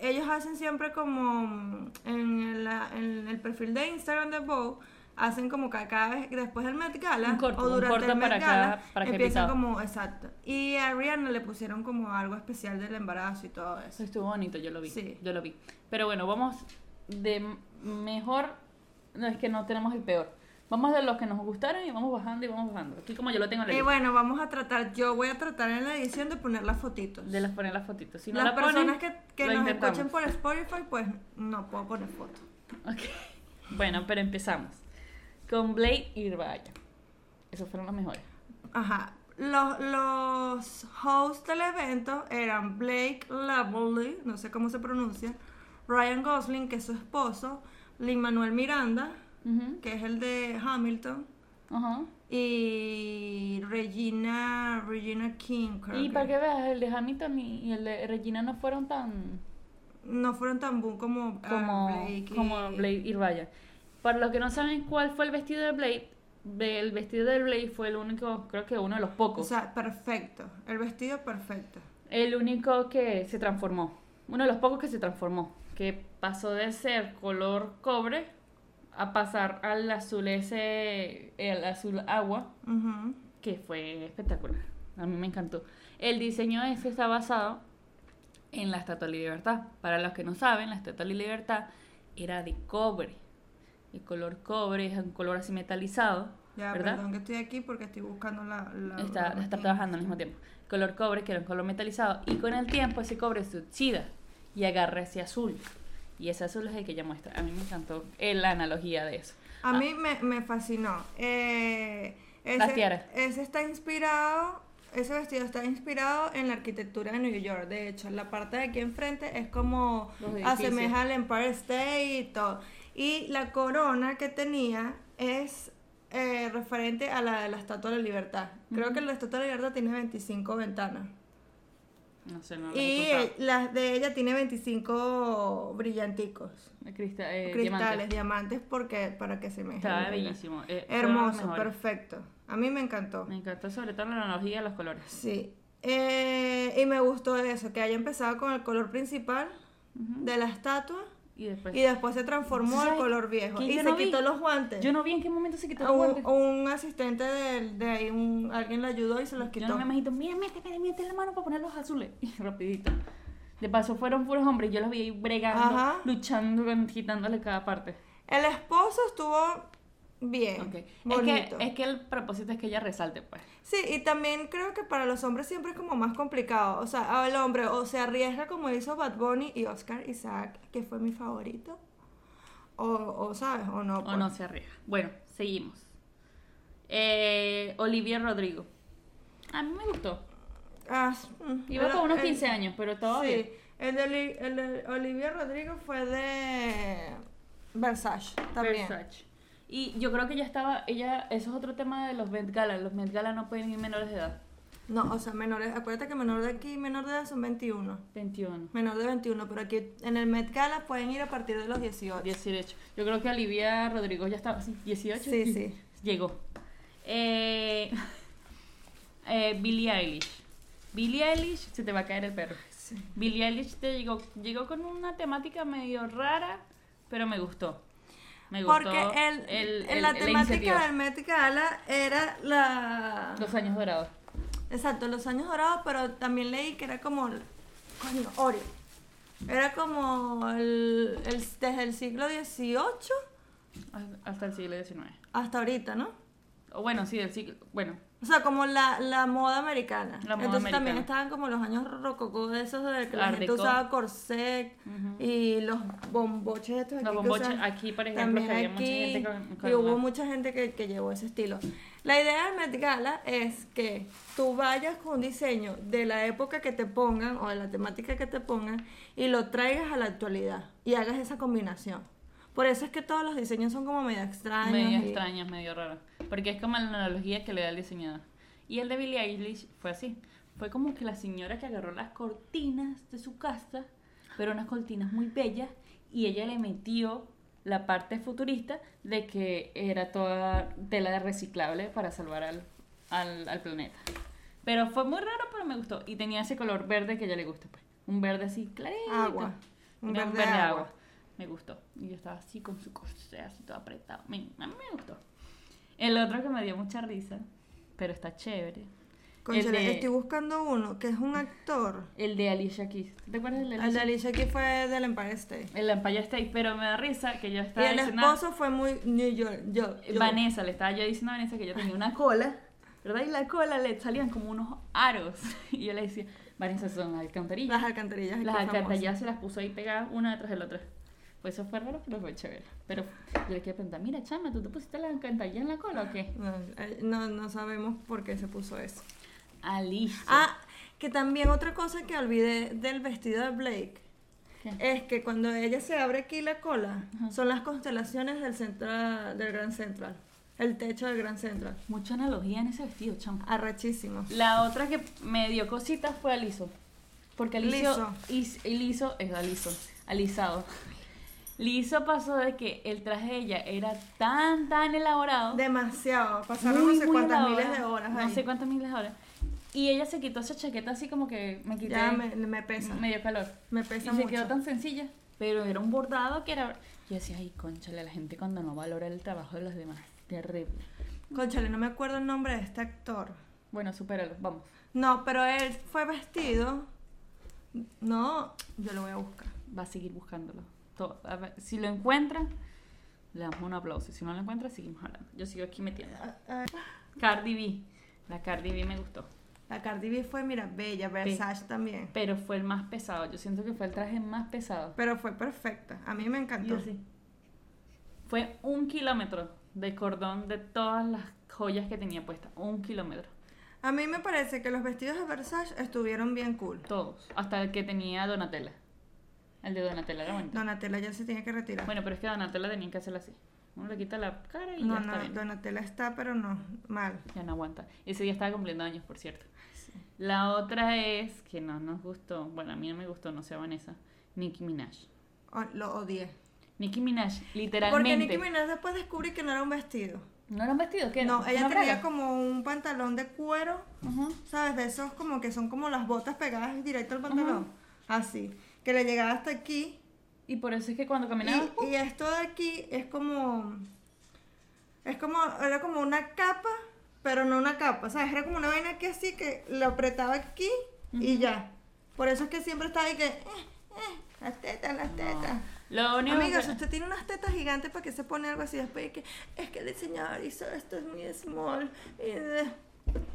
[SPEAKER 1] ellos hacen siempre como mm, en, la- en el perfil de Instagram de Bow, hacen como que cada vez después del Met Gala
[SPEAKER 2] Un corto,
[SPEAKER 1] o
[SPEAKER 2] un
[SPEAKER 1] durante
[SPEAKER 2] corto
[SPEAKER 1] el Met
[SPEAKER 2] para
[SPEAKER 1] Gala
[SPEAKER 2] cada- para cada
[SPEAKER 1] empiezan
[SPEAKER 2] invitado.
[SPEAKER 1] como exacto. Y a Rihanna le pusieron como algo especial del embarazo y todo
[SPEAKER 2] Eso
[SPEAKER 1] eso.
[SPEAKER 2] estuvo bonito, yo lo vi.
[SPEAKER 1] Sí.
[SPEAKER 2] Yo lo vi. Pero bueno, vamos de m- mejor. No es que no tenemos el peor. Vamos de los que nos gustaron y vamos bajando y vamos bajando. Aquí como yo lo tengo en la
[SPEAKER 1] Y
[SPEAKER 2] lista.
[SPEAKER 1] bueno, vamos a tratar, yo voy a tratar en la edición de poner las fotitos.
[SPEAKER 2] De las poner las fotitos. Si no
[SPEAKER 1] Las
[SPEAKER 2] la ponen,
[SPEAKER 1] personas que, que
[SPEAKER 2] lo
[SPEAKER 1] nos
[SPEAKER 2] intentamos.
[SPEAKER 1] escuchen por Spotify, pues no puedo poner fotos.
[SPEAKER 2] Ok. Bueno, pero empezamos. Con Blade y Raya. Esos fueron los mejores.
[SPEAKER 1] Ajá. Los, los hosts del evento eran Blake Lively, no sé cómo se pronuncia, Ryan Gosling, que es su esposo, Lin Manuel Miranda,
[SPEAKER 2] Ujú,
[SPEAKER 1] que es el de Hamilton,
[SPEAKER 2] ajá.
[SPEAKER 1] y Regina, Regina King, creo
[SPEAKER 2] Y
[SPEAKER 1] que.
[SPEAKER 2] para que veas, el de Hamilton y y el de Regina no fueron tan
[SPEAKER 1] No fueron tan boom como, ah,
[SPEAKER 2] como,
[SPEAKER 1] Blake eh, y-
[SPEAKER 2] como Blade y Raya. Para los que no saben cuál fue el vestido de Blade, de- el vestido de Blade fue el único, creo que uno de los
[SPEAKER 1] O
[SPEAKER 2] pocos,
[SPEAKER 1] sea, perfecto. El vestido perfecto.
[SPEAKER 2] el único que se transformó. Uno de los pocos que se transformó, que pasó de ser color cobre a pasar al azul ese, el azul agua,
[SPEAKER 1] Ujú.
[SPEAKER 2] que fue espectacular. A mí me encantó. El diseño ese está basado en la Estatua de la Libertad. Para los que no saben, la Estatua de la Libertad era de cobre. El color cobre es un color así metalizado,
[SPEAKER 1] Ya,
[SPEAKER 2] ¿verdad?
[SPEAKER 1] perdón que estoy aquí porque estoy buscando la. la-
[SPEAKER 2] Está,
[SPEAKER 1] la
[SPEAKER 2] está
[SPEAKER 1] máquina.
[SPEAKER 2] trabajando al mismo tiempo. Color cobre, que era un color metalizado. Y con el tiempo ese cobre se oxida y agarra ese azul. Y ese azul es el que ella muestra. A mí me encantó eh, la analogía de eso.
[SPEAKER 1] A mí me, me fascinó. Eh, ese,
[SPEAKER 2] Las tiaras.
[SPEAKER 1] ese está inspirado, ese vestido está inspirado en la arquitectura de New York. De hecho, la parte de aquí enfrente es como
[SPEAKER 2] Los edificios.
[SPEAKER 1] asemeja al Empire State y todo. Y la corona que tenía es eh, referente a la de la Estatua de la Libertad. Creo que la Estatua de la Libertad tiene 25 ventanas.
[SPEAKER 2] No sé, no lo he
[SPEAKER 1] Y
[SPEAKER 2] contado.
[SPEAKER 1] la de ella tiene 25 brillanticos.
[SPEAKER 2] Cristal- eh,
[SPEAKER 1] cristales,
[SPEAKER 2] diamante.
[SPEAKER 1] diamantes, porque para que se me
[SPEAKER 2] Estaba
[SPEAKER 1] genere la-
[SPEAKER 2] bellísimo. Eh, fueron los
[SPEAKER 1] Hermoso,
[SPEAKER 2] mejores.
[SPEAKER 1] perfecto. A mí me encantó.
[SPEAKER 2] Me encantó sobre todo la analogía de los colores.
[SPEAKER 1] Sí. Eh, y me gustó eso, que haya empezado con el color principal de la estatua
[SPEAKER 2] Y después.
[SPEAKER 1] y después se transformó al
[SPEAKER 2] Pues, ¿Sabes
[SPEAKER 1] color viejo.
[SPEAKER 2] qué
[SPEAKER 1] Y se
[SPEAKER 2] yo no vi?
[SPEAKER 1] quitó los guantes.
[SPEAKER 2] Yo no vi en qué momento se quitó
[SPEAKER 1] A
[SPEAKER 2] los
[SPEAKER 1] Ah, oh, un,
[SPEAKER 2] guantes.
[SPEAKER 1] a un asistente del- de, ahí, un- alguien le ayudó y se los
[SPEAKER 2] Yo
[SPEAKER 1] quitó.
[SPEAKER 2] no me imagino, mira, métete, métete la mano para poner los azules. Y rapidito. De paso fueron puros hombres, yo los vi ahí bregando,
[SPEAKER 1] Ajá.
[SPEAKER 2] luchando, con- quitándole cada parte.
[SPEAKER 1] el esposo estuvo bien.
[SPEAKER 2] Ok. Es, que,
[SPEAKER 1] Eh, Bonito.
[SPEAKER 2] es que el propósito es que ella resalte, pues.
[SPEAKER 1] Sí, y también creo que para los hombres siempre es como más complicado. O sea, el hombre o se arriesga como hizo Bad Bunny y Oscar Isaac, que fue mi favorito. O, o, ¿sabes? O no.
[SPEAKER 2] O
[SPEAKER 1] pues.
[SPEAKER 2] no se arriesga. Bueno, seguimos. Eh, Olivia Rodrigo. A mí me gustó.
[SPEAKER 1] Ah, s- mm,
[SPEAKER 2] Iba
[SPEAKER 1] pero
[SPEAKER 2] con unos
[SPEAKER 1] el-
[SPEAKER 2] 15 años, pero estaba bien.
[SPEAKER 1] Sí, el de, Oli- el de Olivia Rodrigo fue de Versace también.
[SPEAKER 2] Versace. Y yo creo que ella estaba, ella, eso es otro tema de los Met Gala. Los Met Gala no pueden ir menores de edad.
[SPEAKER 1] No, o sea, menores, acuérdate que menor de aquí, menor de edad son 21.
[SPEAKER 2] 21.
[SPEAKER 1] Menor de 21, pero aquí en el Met Gala pueden ir a partir de los 18.
[SPEAKER 2] 18. Yo creo que Olivia Rodrigo ya estaba así. 18.
[SPEAKER 1] Sí, sí.
[SPEAKER 2] Llegó. Eh, eh, Billie Eilish. Billie Eilish, se te va a caer el perro.
[SPEAKER 1] Sí.
[SPEAKER 2] Billie Eilish te llegó, llegó con una temática medio rara, pero me gustó. Me gustó.
[SPEAKER 1] Porque el,
[SPEAKER 2] el-
[SPEAKER 1] en
[SPEAKER 2] el-
[SPEAKER 1] la
[SPEAKER 2] iniciativa.
[SPEAKER 1] temática del Met Gala era la...
[SPEAKER 2] Los años dorados.
[SPEAKER 1] Exacto, los años dorados, pero también leí que era como... Coño, Oreo. Era como el, el- desde el siglo XVIII
[SPEAKER 2] Hasta- Hasta el siglo XIX.
[SPEAKER 1] hasta ahorita, ¿no?
[SPEAKER 2] O bueno, sí, del siglo. Bueno,
[SPEAKER 1] O sea, como la, la moda americana.
[SPEAKER 2] La moda
[SPEAKER 1] Entonces también
[SPEAKER 2] americana.
[SPEAKER 1] estaban como los años rococó de esos de que la
[SPEAKER 2] Art
[SPEAKER 1] gente
[SPEAKER 2] Deco.
[SPEAKER 1] usaba corset
[SPEAKER 2] Ujú.
[SPEAKER 1] y los bomboches estos
[SPEAKER 2] Los
[SPEAKER 1] aquí que
[SPEAKER 2] bomboches,
[SPEAKER 1] usan.
[SPEAKER 2] aquí, por ejemplo,
[SPEAKER 1] También
[SPEAKER 2] que había mucha
[SPEAKER 1] aquí,
[SPEAKER 2] gente con- con
[SPEAKER 1] y hubo
[SPEAKER 2] una-
[SPEAKER 1] mucha gente que, que llevó ese estilo. La idea del Met Gala es que tú vayas con un diseño de la época que te pongan o de la temática que te pongan y lo traigas a la actualidad y hagas esa combinación. Por eso es que todos los diseños son como medio extraños.
[SPEAKER 2] medio
[SPEAKER 1] y-
[SPEAKER 2] extraños, medio raros. Porque es como la analogía que le da el diseñador. Y el de Billie Eilish fue así. Fue como que la señora que agarró las cortinas de su casa, pero unas cortinas muy bellas, y ella le metió la parte futurista de que era toda tela de reciclable para salvar al, al, al planeta. Pero fue muy raro, pero me gustó. Y tenía ese color verde que a ella le gusta. Pues. Un verde así clarito.
[SPEAKER 1] Agua.
[SPEAKER 2] Un verde, agua. Me gustó. Y yo estaba así con su corsé, así todo apretado. Me- a mí me gustó. El otro que me dio mucha risa, pero está chévere,
[SPEAKER 1] Cónchale,
[SPEAKER 2] de-
[SPEAKER 1] estoy buscando uno que es un actor.
[SPEAKER 2] El de Alicia Keys. ¿Te acuerdas del de
[SPEAKER 1] El de
[SPEAKER 2] Alicia Keys?
[SPEAKER 1] Alicia Keys fue del Empire State.
[SPEAKER 2] El de Empire State, pero me da risa que yo
[SPEAKER 1] Y
[SPEAKER 2] estaba
[SPEAKER 1] el
[SPEAKER 2] diciendo- "Ah,
[SPEAKER 1] esposo fue muy New York. Yo, yo.
[SPEAKER 2] Vanessa, le estaba yo diciendo a Vanessa que yo tenía una cola, ¿verdad? Y la cola le salían como unos aros. Y yo le decía, Vanessa, son alcantarillas.
[SPEAKER 1] Las alcantarillas.
[SPEAKER 2] Las
[SPEAKER 1] aquí famosas.
[SPEAKER 2] alcantarillas se las puso ahí pegadas una detrás de la otra. Pues eso fue raro, pero fue chévere. Pero yo le quería preguntar, mira, chama, ¿tú te pusiste las alcantarillas en la cola o qué?
[SPEAKER 1] No, eh, no, no sabemos por qué se puso eso.
[SPEAKER 2] Alicia.
[SPEAKER 1] Ah, que también otra cosa que olvidé del vestido de Blake
[SPEAKER 2] ¿Qué?
[SPEAKER 1] es que cuando ella se abre aquí la cola,
[SPEAKER 2] Ajá.
[SPEAKER 1] son las constelaciones del central, del Gran Central, el techo del Gran Central.
[SPEAKER 2] Mucha analogía en ese vestido, chama.
[SPEAKER 1] Arrachísimo.
[SPEAKER 2] La otra que me dio cositas fue Aliso. Porque Aliso,
[SPEAKER 1] Liso.
[SPEAKER 2] is- Liso es Aliso, alisado. Liso pasó de que el traje de ella era tan, tan elaborado.
[SPEAKER 1] Demasiado. Pasaron
[SPEAKER 2] muy,
[SPEAKER 1] no sé
[SPEAKER 2] muy
[SPEAKER 1] cuántas
[SPEAKER 2] elaborado,
[SPEAKER 1] miles de horas.
[SPEAKER 2] No
[SPEAKER 1] ahí.
[SPEAKER 2] sé cuántas miles de horas. Y ella se quitó esa chaqueta así como que me quité.
[SPEAKER 1] Ya me, me pesa.
[SPEAKER 2] me dio calor.
[SPEAKER 1] Me
[SPEAKER 2] Y
[SPEAKER 1] pesa
[SPEAKER 2] se
[SPEAKER 1] mucho.
[SPEAKER 2] quedó tan sencilla. Pero era un bordado que era. Yo decía, ay, conchale, la gente cuando no valora el trabajo de los demás. Terrible.
[SPEAKER 1] Cónchale, no me acuerdo el nombre de este actor.
[SPEAKER 2] Bueno, supéralo, vamos.
[SPEAKER 1] No, pero él fue vestido. No, yo lo voy a buscar.
[SPEAKER 2] va a seguir buscándolo. To- a ver, si lo encuentra, le damos un aplauso. Y si no lo encuentra, seguimos hablando. Yo sigo aquí metiendo. Cardi B. La Cardi B me gustó.
[SPEAKER 1] La Cardi B fue, mira, bella, Versace también.
[SPEAKER 2] Pero fue el más pesado. Yo siento que fue el traje más pesado.
[SPEAKER 1] Pero fue perfecta. A mí me encantó.
[SPEAKER 2] Yo sí. Fue un kilómetro de cordón de todas las joyas que tenía puesta. Un kilómetro.
[SPEAKER 1] A mí me parece que los vestidos de Versace estuvieron bien cool.
[SPEAKER 2] Todos. Hasta el que tenía Donatella. El de Donatella era bonito.
[SPEAKER 1] Donatella ya se tiene que retirar.
[SPEAKER 2] Bueno, pero es que a Donatella tenían que hacerlo así. Uno le quita la cara y
[SPEAKER 1] no,
[SPEAKER 2] ya está
[SPEAKER 1] no,
[SPEAKER 2] bien.
[SPEAKER 1] Donatella está, pero no, mal.
[SPEAKER 2] Ya no aguanta. Ese día estaba cumpliendo años, por cierto. La otra es que no nos gustó. Bueno, a mí no me gustó, no sé a Vanessa. Nicki Minaj.
[SPEAKER 1] O- lo odié.
[SPEAKER 2] Nicki Minaj,
[SPEAKER 1] Porque
[SPEAKER 2] literalmente.
[SPEAKER 1] Nicki Minaj después descubrí que no era un vestido.
[SPEAKER 2] ¿No era un vestido? ¿Qué era?
[SPEAKER 1] No, ella
[SPEAKER 2] ¿Una
[SPEAKER 1] tenía
[SPEAKER 2] braga?
[SPEAKER 1] como un pantalón de cuero,
[SPEAKER 2] Ajá.
[SPEAKER 1] ¿sabes? De esos como que son como las botas pegadas directo al pantalón. Así. Que le llegaba hasta aquí.
[SPEAKER 2] Y por eso es que cuando caminaba.
[SPEAKER 1] Y, y esto de aquí es como. Es como. Era como una capa, pero no una capa. ¿Sabes? Era como una vaina aquí así que lo apretaba aquí y ya. Por eso es que siempre estaba ahí que. "Eh, eh, las tetas, las tetas.
[SPEAKER 2] Lo único
[SPEAKER 1] Amiga,
[SPEAKER 2] que-
[SPEAKER 1] si usted tiene unas tetas gigantes, ¿para qué se pone algo así? Después de que es que el diseñador hizo esto, es muy small. Y de-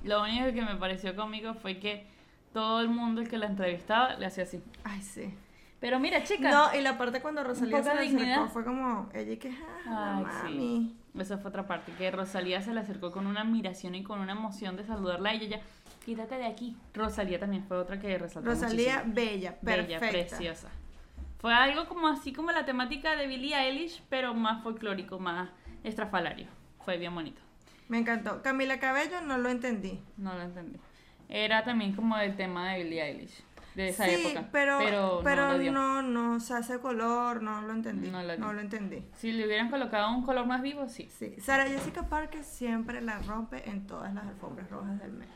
[SPEAKER 2] Lo único que me pareció cómico fue que todo el mundo el que la entrevistaba le hacía así.
[SPEAKER 1] Ay, sí.
[SPEAKER 2] Pero mira, chica.
[SPEAKER 1] No, y la parte cuando Rosalía
[SPEAKER 2] poco
[SPEAKER 1] se
[SPEAKER 2] de
[SPEAKER 1] le acercó
[SPEAKER 2] dignidad.
[SPEAKER 1] fue como, ella y que, ah,
[SPEAKER 2] Ay,
[SPEAKER 1] mami.
[SPEAKER 2] sí. Esa fue otra parte, que Rosalía se le acercó con una admiración y con una emoción de saludarla y ella, quítate de aquí. Rosalía también fue otra que resaltó
[SPEAKER 1] Rosalía,
[SPEAKER 2] muchísimo.
[SPEAKER 1] bella,
[SPEAKER 2] Bella,
[SPEAKER 1] perfecta.
[SPEAKER 2] preciosa. Fue algo como así como la temática de Billie Eilish, pero más folclórico, más estrafalario. Fue bien bonito.
[SPEAKER 1] Me encantó. Camila Cabello no lo entendí.
[SPEAKER 2] No lo entendí. Era también como el tema de Billie Eilish, de esa
[SPEAKER 1] sí,
[SPEAKER 2] época.
[SPEAKER 1] pero,
[SPEAKER 2] pero, no
[SPEAKER 1] pero
[SPEAKER 2] lo dio.
[SPEAKER 1] no, no, o sea, ese color, no lo entendí.
[SPEAKER 2] No
[SPEAKER 1] No
[SPEAKER 2] lo
[SPEAKER 1] lo,
[SPEAKER 2] dio.
[SPEAKER 1] entendí.
[SPEAKER 2] Si le hubieran colocado un color más vivo, sí.
[SPEAKER 1] Sí. Sara Jessica Parker siempre la rompe en todas las alfombras rojas del mes.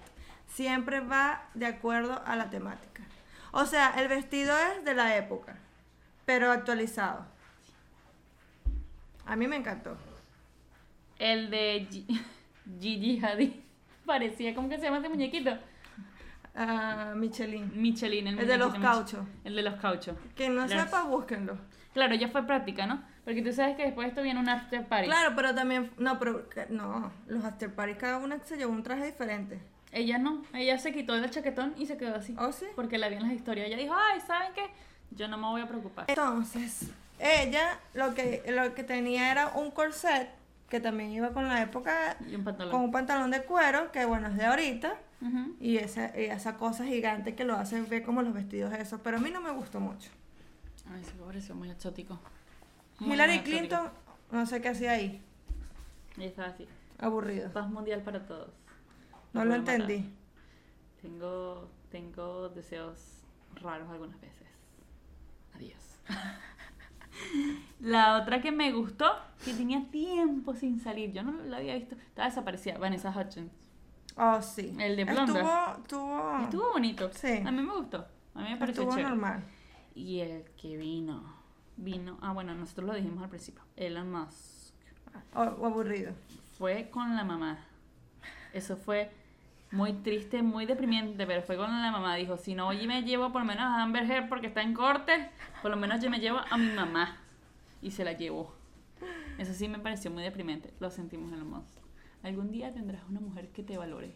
[SPEAKER 1] Siempre va de acuerdo a la temática. O sea, el vestido es de la época, pero actualizado. A mí me encantó.
[SPEAKER 2] El de G- Gigi Hadid. Parecía, ¿cómo que se llama ese muñequito?
[SPEAKER 1] Ah, Michelin.
[SPEAKER 2] Michelin, el,
[SPEAKER 1] El de
[SPEAKER 2] muñequito
[SPEAKER 1] los
[SPEAKER 2] Mich-
[SPEAKER 1] cauchos.
[SPEAKER 2] El de los cauchos.
[SPEAKER 1] Que no
[SPEAKER 2] Las-
[SPEAKER 1] sepa, búsquenlo.
[SPEAKER 2] Claro, ya fue práctica, ¿no? Porque tú sabes que después de esto viene un after party.
[SPEAKER 1] Claro, pero también. No, pero. que- No, los after parties, cada una se llevó un traje diferente.
[SPEAKER 2] Ella no, ella se quitó el chaquetón y se quedó así.
[SPEAKER 1] ¿Oh, sí?
[SPEAKER 2] Porque la vi en las historias. Ella dijo, ay, ¿saben qué? Yo no me voy a preocupar.
[SPEAKER 1] Entonces, ella lo que, lo que tenía era un corset que también iba con la época,
[SPEAKER 2] Y un pantalón.
[SPEAKER 1] con un pantalón de cuero, que bueno, es de ahorita,
[SPEAKER 2] Ujú.
[SPEAKER 1] y esa, y esa cosa gigante que lo hacen ver como los vestidos esos, pero a mí no me gustó mucho.
[SPEAKER 2] Ay, se me pareció muy exótico. Muy, muy
[SPEAKER 1] Hillary
[SPEAKER 2] exótico.
[SPEAKER 1] Clinton, no sé qué hacía ahí,
[SPEAKER 2] Ella estaba así.
[SPEAKER 1] aburrido.
[SPEAKER 2] Paz mundial para todos.
[SPEAKER 1] No
[SPEAKER 2] Los
[SPEAKER 1] lo
[SPEAKER 2] voy a matar.
[SPEAKER 1] entendí.
[SPEAKER 2] Tengo, tengo deseos raros algunas veces. Adiós. La otra que me gustó, que tenía tiempo sin salir, yo no la había visto, estaba desaparecida, Vanessa Hutchins.
[SPEAKER 1] Oh, sí.
[SPEAKER 2] El de Blonda.
[SPEAKER 1] Estuvo, estuvo,
[SPEAKER 2] Estuvo bonito.
[SPEAKER 1] Ah. Sí.
[SPEAKER 2] A mí me gustó. A mí me pareció
[SPEAKER 1] estuvo
[SPEAKER 2] chévere.
[SPEAKER 1] normal.
[SPEAKER 2] Y el que vino, vino, ah bueno, nosotros lo dijimos al principio, Elon Musk
[SPEAKER 1] O, o aburrido.
[SPEAKER 2] fue con la mamá. Eso fue Muy triste, muy deprimiente, pero fue con la mamá. Dijo, si no, yo me llevo por lo menos a Amber Heard porque está en corte, por lo menos yo me llevo a mi mamá. Y se la llevó. Eso sí me pareció muy deprimente. Lo sentimos en los monstruos. Algún día tendrás una mujer que te valore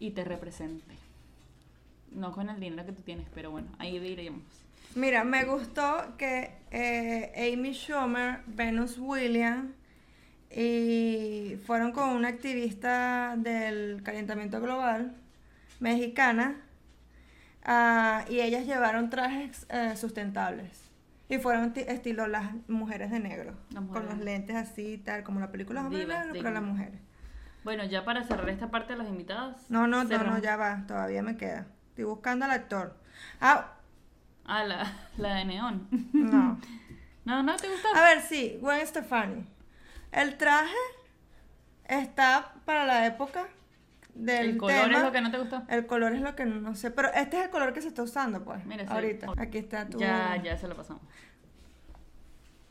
[SPEAKER 2] y te represente. No con el dinero que tú tienes, pero bueno, ahí diremos.
[SPEAKER 1] Mira, me gustó que eh, Amy Schumer, Venus Williams y fueron con una activista del calentamiento global mexicana ah, y ellas llevaron trajes eh, sustentables. Y fueron ti- estilo las mujeres de negro,
[SPEAKER 2] Las
[SPEAKER 1] con
[SPEAKER 2] mujeres.
[SPEAKER 1] los lentes así, tal como la película Los Hombres de
[SPEAKER 2] Divas,
[SPEAKER 1] Negro, pero las
[SPEAKER 2] dignas.
[SPEAKER 1] mujeres.
[SPEAKER 2] Bueno, ya para cerrar esta parte de los invitados.
[SPEAKER 1] No, no, no,
[SPEAKER 2] cerramos.
[SPEAKER 1] no, ya va, todavía me queda. Estoy buscando al actor. Ah,
[SPEAKER 2] Ah, la, la de neón.
[SPEAKER 1] no.
[SPEAKER 2] No, no, ¿te gustó?
[SPEAKER 1] A ver, sí, Gwen Stefani. El traje está para la época del
[SPEAKER 2] el color
[SPEAKER 1] tema.
[SPEAKER 2] es lo que no te gustó.
[SPEAKER 1] El color es lo que no sé, pero este es el color que se está usando, pues.
[SPEAKER 2] Mira, sí.
[SPEAKER 1] ahorita. Aquí está tu.
[SPEAKER 2] Ya, ya se lo pasamos.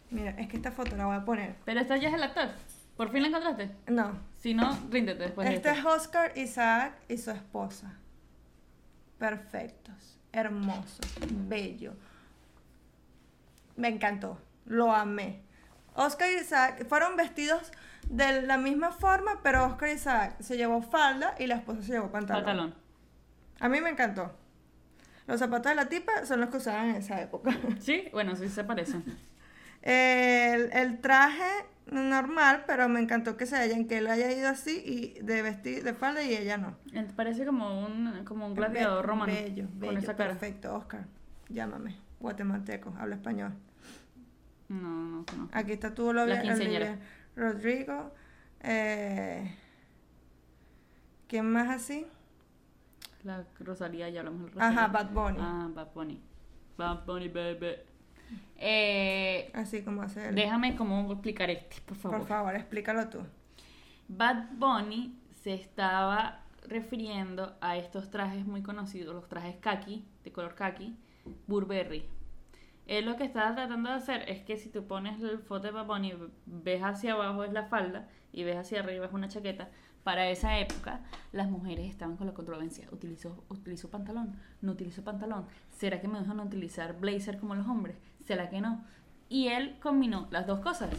[SPEAKER 1] Mira, es que esta foto la voy a poner.
[SPEAKER 2] Pero esta ya es el actor. ¿Por fin la encontraste?
[SPEAKER 1] No.
[SPEAKER 2] Si no, ríndete después de
[SPEAKER 1] este
[SPEAKER 2] esto.
[SPEAKER 1] es Oscar Isaac y su esposa. Perfectos, hermosos, bello. Me encantó, lo amé. Oscar Isaac fueron vestidos de la misma forma, pero Oscar Isaac se llevó falda y la esposa se llevó pantalón.
[SPEAKER 2] Pantalón.
[SPEAKER 1] A mí me encantó. Los zapatos de la tipa son los que usaban en esa época.
[SPEAKER 2] Sí, bueno, sí se parecen.
[SPEAKER 1] El, el traje normal, pero me encantó que se hayan, que él haya ido así y de vestir de falda y ella no.
[SPEAKER 2] Él Parece como un, como un
[SPEAKER 1] Be-
[SPEAKER 2] gladiador romano.
[SPEAKER 1] Bello,
[SPEAKER 2] con
[SPEAKER 1] bello,
[SPEAKER 2] esa cara.
[SPEAKER 1] perfecto, Oscar. Llámame, guatemalteco, habla español.
[SPEAKER 2] No, no, no.
[SPEAKER 1] Aquí está tu Olivia,
[SPEAKER 2] La quinceañera.
[SPEAKER 1] Olivia Rodrigo. eh, ¿Quién más así?
[SPEAKER 2] La Rosalía, ya hablamos del
[SPEAKER 1] Ajá,
[SPEAKER 2] Rosalía.
[SPEAKER 1] Bad Bunny.
[SPEAKER 2] Ah, Bad Bunny. Bad Bunny, baby. Eh,
[SPEAKER 1] Así como hace él.
[SPEAKER 2] déjame como explicar este, por favor.
[SPEAKER 1] Por favor, explícalo tú.
[SPEAKER 2] Bad Bunny se estaba refiriendo a estos trajes muy conocidos, los trajes khaki, de color khaki, Burberry. Él lo que estaba tratando de hacer es que si tú pones el foto de Bad Bunny, ves hacia abajo es la falda y ves hacia arriba es una chaqueta. Para esa época, las mujeres estaban con la controversia. ¿Utilizó, utilizó pantalón? ¿No utilizó pantalón? ¿Será que me dejan utilizar blazer como los hombres? ¿Será que no? Y él combinó las dos cosas.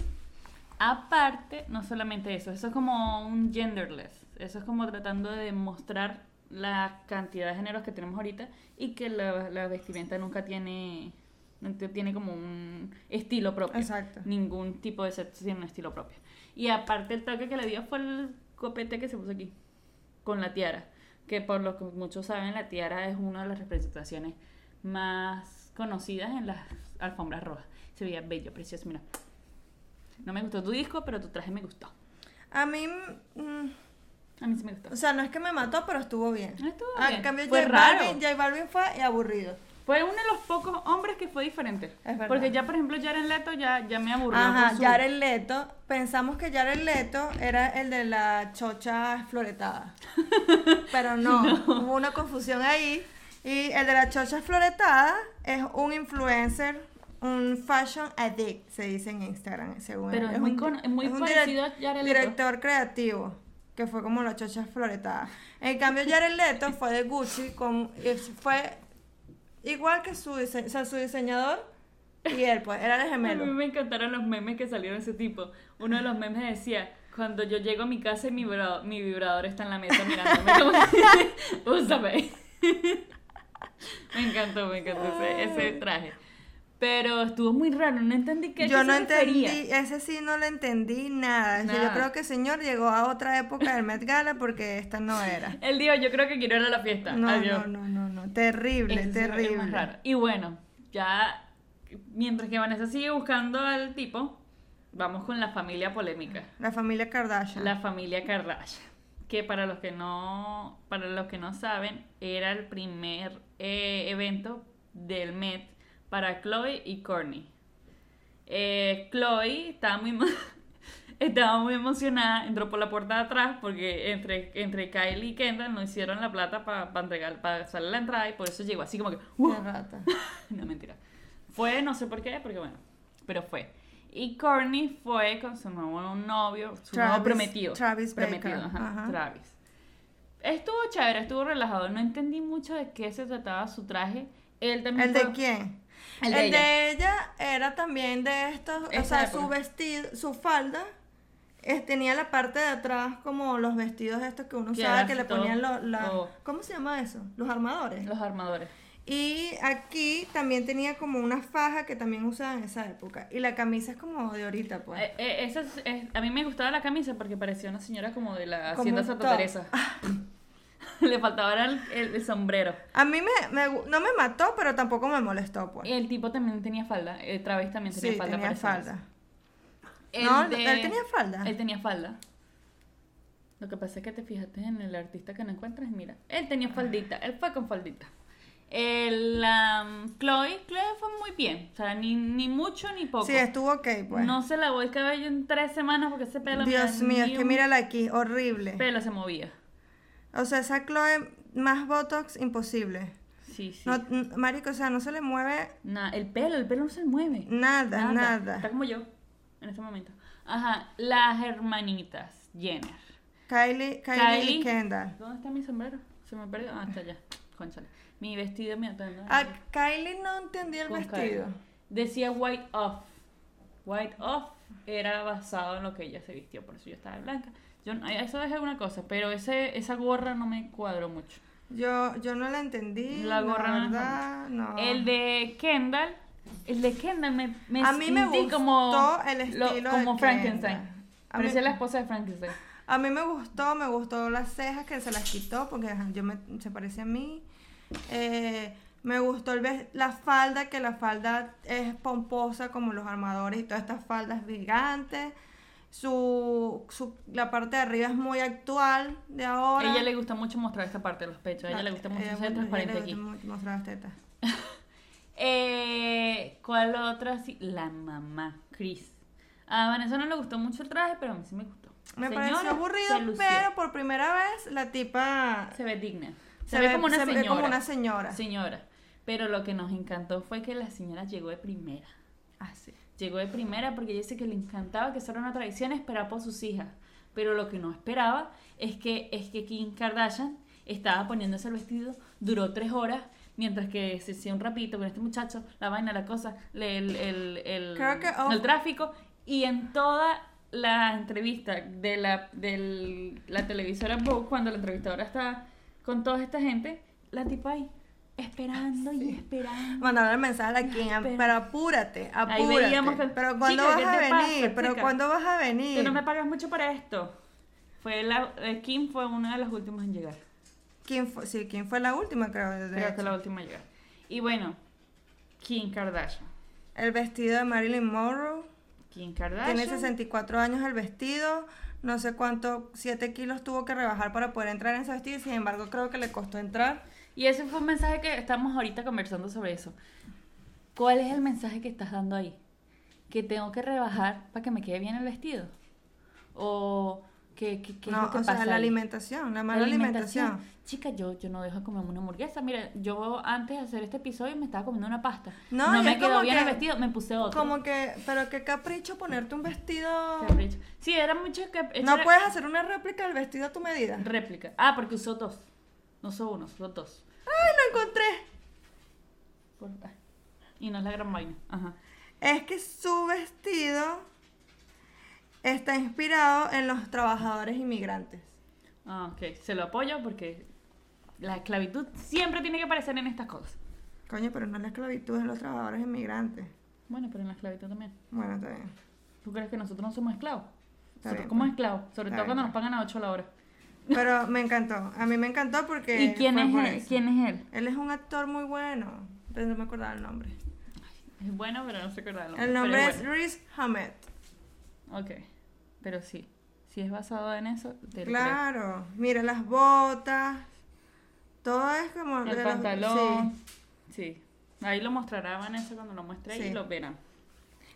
[SPEAKER 2] Aparte, no solamente eso, eso es como un genderless, eso es como tratando de mostrar la cantidad de géneros que tenemos ahorita y que la, la vestimenta nunca tiene, no te- tiene como un estilo propio,
[SPEAKER 1] Exacto.
[SPEAKER 2] ningún tipo de sexo tiene un estilo propio. Y aparte el toque que le dio fue el copete que se puso aquí, con la tiara, que por lo que muchos saben, la tiara es una de las representaciones más conocidas en las alfombras rojas. Se veía bello, precioso, mira. No me gustó tu disco, pero tu traje me gustó.
[SPEAKER 1] A mí, mm,
[SPEAKER 2] A mí sí me gustó.
[SPEAKER 1] o sea, no es que me mató, pero estuvo bien.
[SPEAKER 2] Estuvo
[SPEAKER 1] Ah,
[SPEAKER 2] bien.
[SPEAKER 1] En cambio,
[SPEAKER 2] Fue
[SPEAKER 1] J
[SPEAKER 2] raro.
[SPEAKER 1] Balvin, J Balvin fue y aburrido.
[SPEAKER 2] Fue uno de los pocos hombres que fue diferente.
[SPEAKER 1] Es verdad.
[SPEAKER 2] Porque ya, por ejemplo, Jared Leto ya, ya me aburrió.
[SPEAKER 1] Ajá,
[SPEAKER 2] con su-
[SPEAKER 1] Jared Leto. Pensamos que Jared Leto era el de la chocha floretada. Pero no, hubo una confusión ahí. Y el de la chocha floretada es un influencer, un fashion addict, se dice en Instagram, según
[SPEAKER 2] Pero
[SPEAKER 1] él.
[SPEAKER 2] es muy
[SPEAKER 1] un-
[SPEAKER 2] cono- es muy
[SPEAKER 1] un
[SPEAKER 2] parecido a Jared Leto.
[SPEAKER 1] Director creativo, que fue como la chocha floretada. En cambio, Jared Leto fue de Gucci, con, es- fue igual que su, dise- o sea, su diseñador y él, pues, era el
[SPEAKER 2] A
[SPEAKER 1] gemelo.
[SPEAKER 2] mí me encantaron los memes que salieron de ese tipo. Uno de los memes decía, cuando yo llego a mi casa y mi, vibra- mi vibrador está en la mesa mirándome como, úsame. me encantó, me encantó ese, ese traje. Pero estuvo muy raro, no entendí qué a
[SPEAKER 1] Yo
[SPEAKER 2] qué
[SPEAKER 1] no
[SPEAKER 2] se
[SPEAKER 1] entendí,
[SPEAKER 2] refería.
[SPEAKER 1] ese sí no le entendí nada. O sea,
[SPEAKER 2] Nada.
[SPEAKER 1] yo creo que el señor llegó a otra época del Met Gala porque esta no era.
[SPEAKER 2] Él dijo, yo creo que quiero ir a la fiesta.
[SPEAKER 1] No,
[SPEAKER 2] Adiós.
[SPEAKER 1] no, no, no, no. Terrible,
[SPEAKER 2] Eso sí me parece
[SPEAKER 1] terrible.
[SPEAKER 2] más raro. Y bueno, ya mientras que Vanessa sigue buscando al tipo, vamos con la familia polémica,
[SPEAKER 1] La familia Kardashian.
[SPEAKER 2] la familia Kardashian, que para los que no para los que no saben era el primer eh, evento del Met para Chloe y Courtney. Eh, Chloe estaba muy emo- estaba muy emocionada, entró por la puerta de atrás porque entre, entre Kylie y Kendall no hicieron la plata para entregar para salir la entrada y por eso llegó así como que "Uh,
[SPEAKER 1] Qué rata.
[SPEAKER 2] no, mentira. Fue, no sé por qué, porque bueno, pero fue. Y Courtney fue con su nuevo novio, su nuevo
[SPEAKER 1] Travis-
[SPEAKER 2] prometido.
[SPEAKER 1] Travis Baker,
[SPEAKER 2] prometido, ajá,
[SPEAKER 1] ajá.
[SPEAKER 2] Travis. Estuvo chévere, estuvo relajado. No entendí mucho de qué se trataba su traje. Él también.
[SPEAKER 1] ¿El de
[SPEAKER 2] fue-
[SPEAKER 1] quién?
[SPEAKER 2] El de ella.
[SPEAKER 1] ella era también de estos, o
[SPEAKER 2] Esa
[SPEAKER 1] sea,
[SPEAKER 2] época.
[SPEAKER 1] su vestido, su falda eh, tenía la parte de atrás como los vestidos estos que uno
[SPEAKER 2] Que
[SPEAKER 1] usaba
[SPEAKER 2] era
[SPEAKER 1] que le
[SPEAKER 2] todo-
[SPEAKER 1] ponían los,
[SPEAKER 2] todo.
[SPEAKER 1] ¿cómo se llama eso? Los armadores.
[SPEAKER 2] Los armadores.
[SPEAKER 1] Y aquí también tenía como una faja que también usaban en esa época y la camisa es como de ahorita, pues.
[SPEAKER 2] Eh, eh, esa es- es- a mí me gustaba la camisa porque parecía una señora como de la
[SPEAKER 1] Como
[SPEAKER 2] Hacienda
[SPEAKER 1] un
[SPEAKER 2] Santa
[SPEAKER 1] top.
[SPEAKER 2] Teresa. Le faltaba era el, el- el sombrero.
[SPEAKER 1] A mí me, me gu- no me mató, pero tampoco me molestó, pues.
[SPEAKER 2] El tipo también tenía falda. El Travis también tenía
[SPEAKER 1] sí,
[SPEAKER 2] falda.
[SPEAKER 1] tenía
[SPEAKER 2] parecía.
[SPEAKER 1] falda.
[SPEAKER 2] El
[SPEAKER 1] No,
[SPEAKER 2] de-
[SPEAKER 1] él tenía falda.
[SPEAKER 2] Él tenía falda. Lo que pasa es que te fijaste en el artista que no encuentras. Mira, él tenía
[SPEAKER 1] Ah.
[SPEAKER 2] faldita. Él fue con faldita. El, am, Chloe, Chloe fue muy bien. O sea, ni, ni mucho ni poco.
[SPEAKER 1] Sí, estuvo ok, pues.
[SPEAKER 2] No se lavó el cabello en tres semanas porque ese pelo.
[SPEAKER 1] Dios
[SPEAKER 2] mira,
[SPEAKER 1] mío,
[SPEAKER 2] ni
[SPEAKER 1] es que
[SPEAKER 2] un
[SPEAKER 1] mírala aquí, horrible.
[SPEAKER 2] pelo se movía.
[SPEAKER 1] O sea, esa Chloe más Botox imposible.
[SPEAKER 2] Sí, sí.
[SPEAKER 1] No, n- marico, o sea, no se le mueve
[SPEAKER 2] Na- el pelo, el pelo no se mueve.
[SPEAKER 1] nada, nada.
[SPEAKER 2] Está como yo en este momento. Ajá, las hermanitas Jenner.
[SPEAKER 1] Kylie, Kylie, y
[SPEAKER 2] Kylie.
[SPEAKER 1] Kendall.
[SPEAKER 2] ¿Dónde está mi sombrero? Se me perdió. Ah, está allá. Conchale. Mi vestido me atando.
[SPEAKER 1] A Kylie no entendí el
[SPEAKER 2] Con
[SPEAKER 1] Ah, vestido.
[SPEAKER 2] cadena. Decía white off. White off era basado en lo que ella se vistió, por eso yo estaba blanca. Yo, no- eso es alguna cosa, pero ese, esa gorra no me cuadró mucho.
[SPEAKER 1] Yo, yo no la entendí.
[SPEAKER 2] La gorra no la
[SPEAKER 1] verdad, no.
[SPEAKER 2] El de Kendall, el de Kendall me, me
[SPEAKER 1] A mí me
[SPEAKER 2] sentí
[SPEAKER 1] gustó el
[SPEAKER 2] lo-
[SPEAKER 1] estilo de
[SPEAKER 2] como Frankenstein.
[SPEAKER 1] Kendall. A mí-
[SPEAKER 2] Parecía la esposa de Frankenstein.
[SPEAKER 1] A mí me gustó, me gustó las cejas que se las quitó porque ajá, yo me, se parece a mí. Eh, me gustó el ves- la falda, que la falda es pomposa como los armadores y todas estas faldas gigantes. Su, su- la parte de arriba es muy actual de
[SPEAKER 2] A
[SPEAKER 1] ahora. Ah,
[SPEAKER 2] ella le gusta mucho mostrar esta parte de los pechos, a ella le gusta mucho
[SPEAKER 1] Ella-
[SPEAKER 2] ser
[SPEAKER 1] ella
[SPEAKER 2] transparente
[SPEAKER 1] le
[SPEAKER 2] aquí.
[SPEAKER 1] gusta mu- mostrar las tetas.
[SPEAKER 2] Eh, ¿Cuál otra? Sí, la mamá, Chris. A Vanessa no le gustó mucho el traje, pero a mí sí me gustó.
[SPEAKER 1] Me
[SPEAKER 2] Señora,
[SPEAKER 1] pareció
[SPEAKER 2] se
[SPEAKER 1] aburrido,
[SPEAKER 2] lució.
[SPEAKER 1] pero por primera vez la tipa
[SPEAKER 2] Se ve digna. Se, ve, como una
[SPEAKER 1] se ve
[SPEAKER 2] señora.
[SPEAKER 1] como una señora.
[SPEAKER 2] Señora. Pero lo que nos encantó fue que la señora llegó de primera.
[SPEAKER 1] Así.
[SPEAKER 2] Llegó de primera porque yo sé que le encantaba que eso era una tradición esperar por sus hijas. Pero lo que no esperaba es que, es que Kim Kardashian estaba poniéndose el vestido, duró tres horas, mientras que se hacía un rapito con este muchacho, la vaina, la cosa, le- el, el, el-
[SPEAKER 1] Creo que- oh.
[SPEAKER 2] el tráfico. Y en toda la entrevista de la, del- la televisora Vogue, cuando la entrevistadora está con toda esta gente, la tipa ahí, esperando y esperando.
[SPEAKER 1] Mandar el mensaje a quien,
[SPEAKER 2] Pero-
[SPEAKER 1] pero, apúrate, apúrate.
[SPEAKER 2] Ahí veíamos que-
[SPEAKER 1] pero cuando
[SPEAKER 2] Chica,
[SPEAKER 1] vas
[SPEAKER 2] ¿qué
[SPEAKER 1] a
[SPEAKER 2] te pasa,
[SPEAKER 1] venir, pero
[SPEAKER 2] chica?
[SPEAKER 1] cuando vas a venir.
[SPEAKER 2] Tú no me pagas mucho para esto. Fue la, eh, Kim fue una de las últimas en llegar.
[SPEAKER 1] ¿Quién fue, sí, ¿quién fue la última, creo? de
[SPEAKER 2] Creo que
[SPEAKER 1] hecho?
[SPEAKER 2] la última en llegar. Y bueno, Kim Kardashian.
[SPEAKER 1] El vestido de Marilyn Monroe.
[SPEAKER 2] Kim Kardashian.
[SPEAKER 1] Tiene 64 años el vestido. No sé cuánto, 7 kilos tuvo que rebajar para poder entrar en ese vestido. y Sin embargo, creo que le costó entrar.
[SPEAKER 2] Y ese fue un mensaje que estamos ahorita conversando sobre eso. ¿Cuál es el mensaje que estás dando ahí? ¿Que tengo que rebajar para que me quede bien el vestido? ¿O que, que, que es
[SPEAKER 1] No,
[SPEAKER 2] lo que
[SPEAKER 1] o
[SPEAKER 2] pasa
[SPEAKER 1] sea, la
[SPEAKER 2] ahí?
[SPEAKER 1] alimentación, la mala alimentación.
[SPEAKER 2] Chica, yo, yo no dejo de comerme una hamburguesa. Mira, yo antes de hacer este episodio me estaba comiendo una pasta. No,
[SPEAKER 1] No, y
[SPEAKER 2] me
[SPEAKER 1] es
[SPEAKER 2] quedó
[SPEAKER 1] como
[SPEAKER 2] bien el
[SPEAKER 1] que-
[SPEAKER 2] vestido, me puse otro.
[SPEAKER 1] Como que, pero qué capricho ponerte un vestido.
[SPEAKER 2] Capricho. Sí, era mucho que
[SPEAKER 1] No puedes hacer una réplica del vestido a tu medida.
[SPEAKER 2] réplica. Ah, porque usó dos. No usó uno, usó dos.
[SPEAKER 1] ¡Ay, lo encontré!
[SPEAKER 2] Por- ah. Y no es la gran vaina. Ajá.
[SPEAKER 1] es que su vestido está inspirado en los trabajadores inmigrantes.
[SPEAKER 2] Ah, ok. Se lo apoyo porque la esclavitud siempre tiene que aparecer en estas cosas.
[SPEAKER 1] Coño, pero no es la esclavitud de los trabajadores inmigrantes.
[SPEAKER 2] Bueno, pero en la esclavitud también.
[SPEAKER 1] Bueno, está bien.
[SPEAKER 2] ¿Tú crees que nosotros no somos esclavos?
[SPEAKER 1] Está
[SPEAKER 2] Nosotros
[SPEAKER 1] bien,
[SPEAKER 2] como
[SPEAKER 1] pues.
[SPEAKER 2] esclavos, sobre
[SPEAKER 1] Está
[SPEAKER 2] todo
[SPEAKER 1] bien,
[SPEAKER 2] cuando
[SPEAKER 1] pues.
[SPEAKER 2] nos pagan a 8 la hora.
[SPEAKER 1] Pero me encantó. A mí me encantó porque.
[SPEAKER 2] ¿Y quién
[SPEAKER 1] fue por
[SPEAKER 2] es, él?
[SPEAKER 1] eso.
[SPEAKER 2] quién es él?
[SPEAKER 1] Él es un actor muy bueno. Pero no me acordaba el nombre.
[SPEAKER 2] Es bueno, pero no se acuerda el nombre.
[SPEAKER 1] El nombre
[SPEAKER 2] pero
[SPEAKER 1] es Rhys Hamed.
[SPEAKER 2] bueno. Ok. Pero sí. Si es basado en eso, te lo creo.
[SPEAKER 1] Claro. Mira las botas. Todo es como. de
[SPEAKER 2] El
[SPEAKER 1] los-
[SPEAKER 2] pantalón.
[SPEAKER 1] sí.
[SPEAKER 2] Sí. Ahí lo mostrará Vanessa cuando lo muestre y
[SPEAKER 1] Sí.
[SPEAKER 2] lo verán.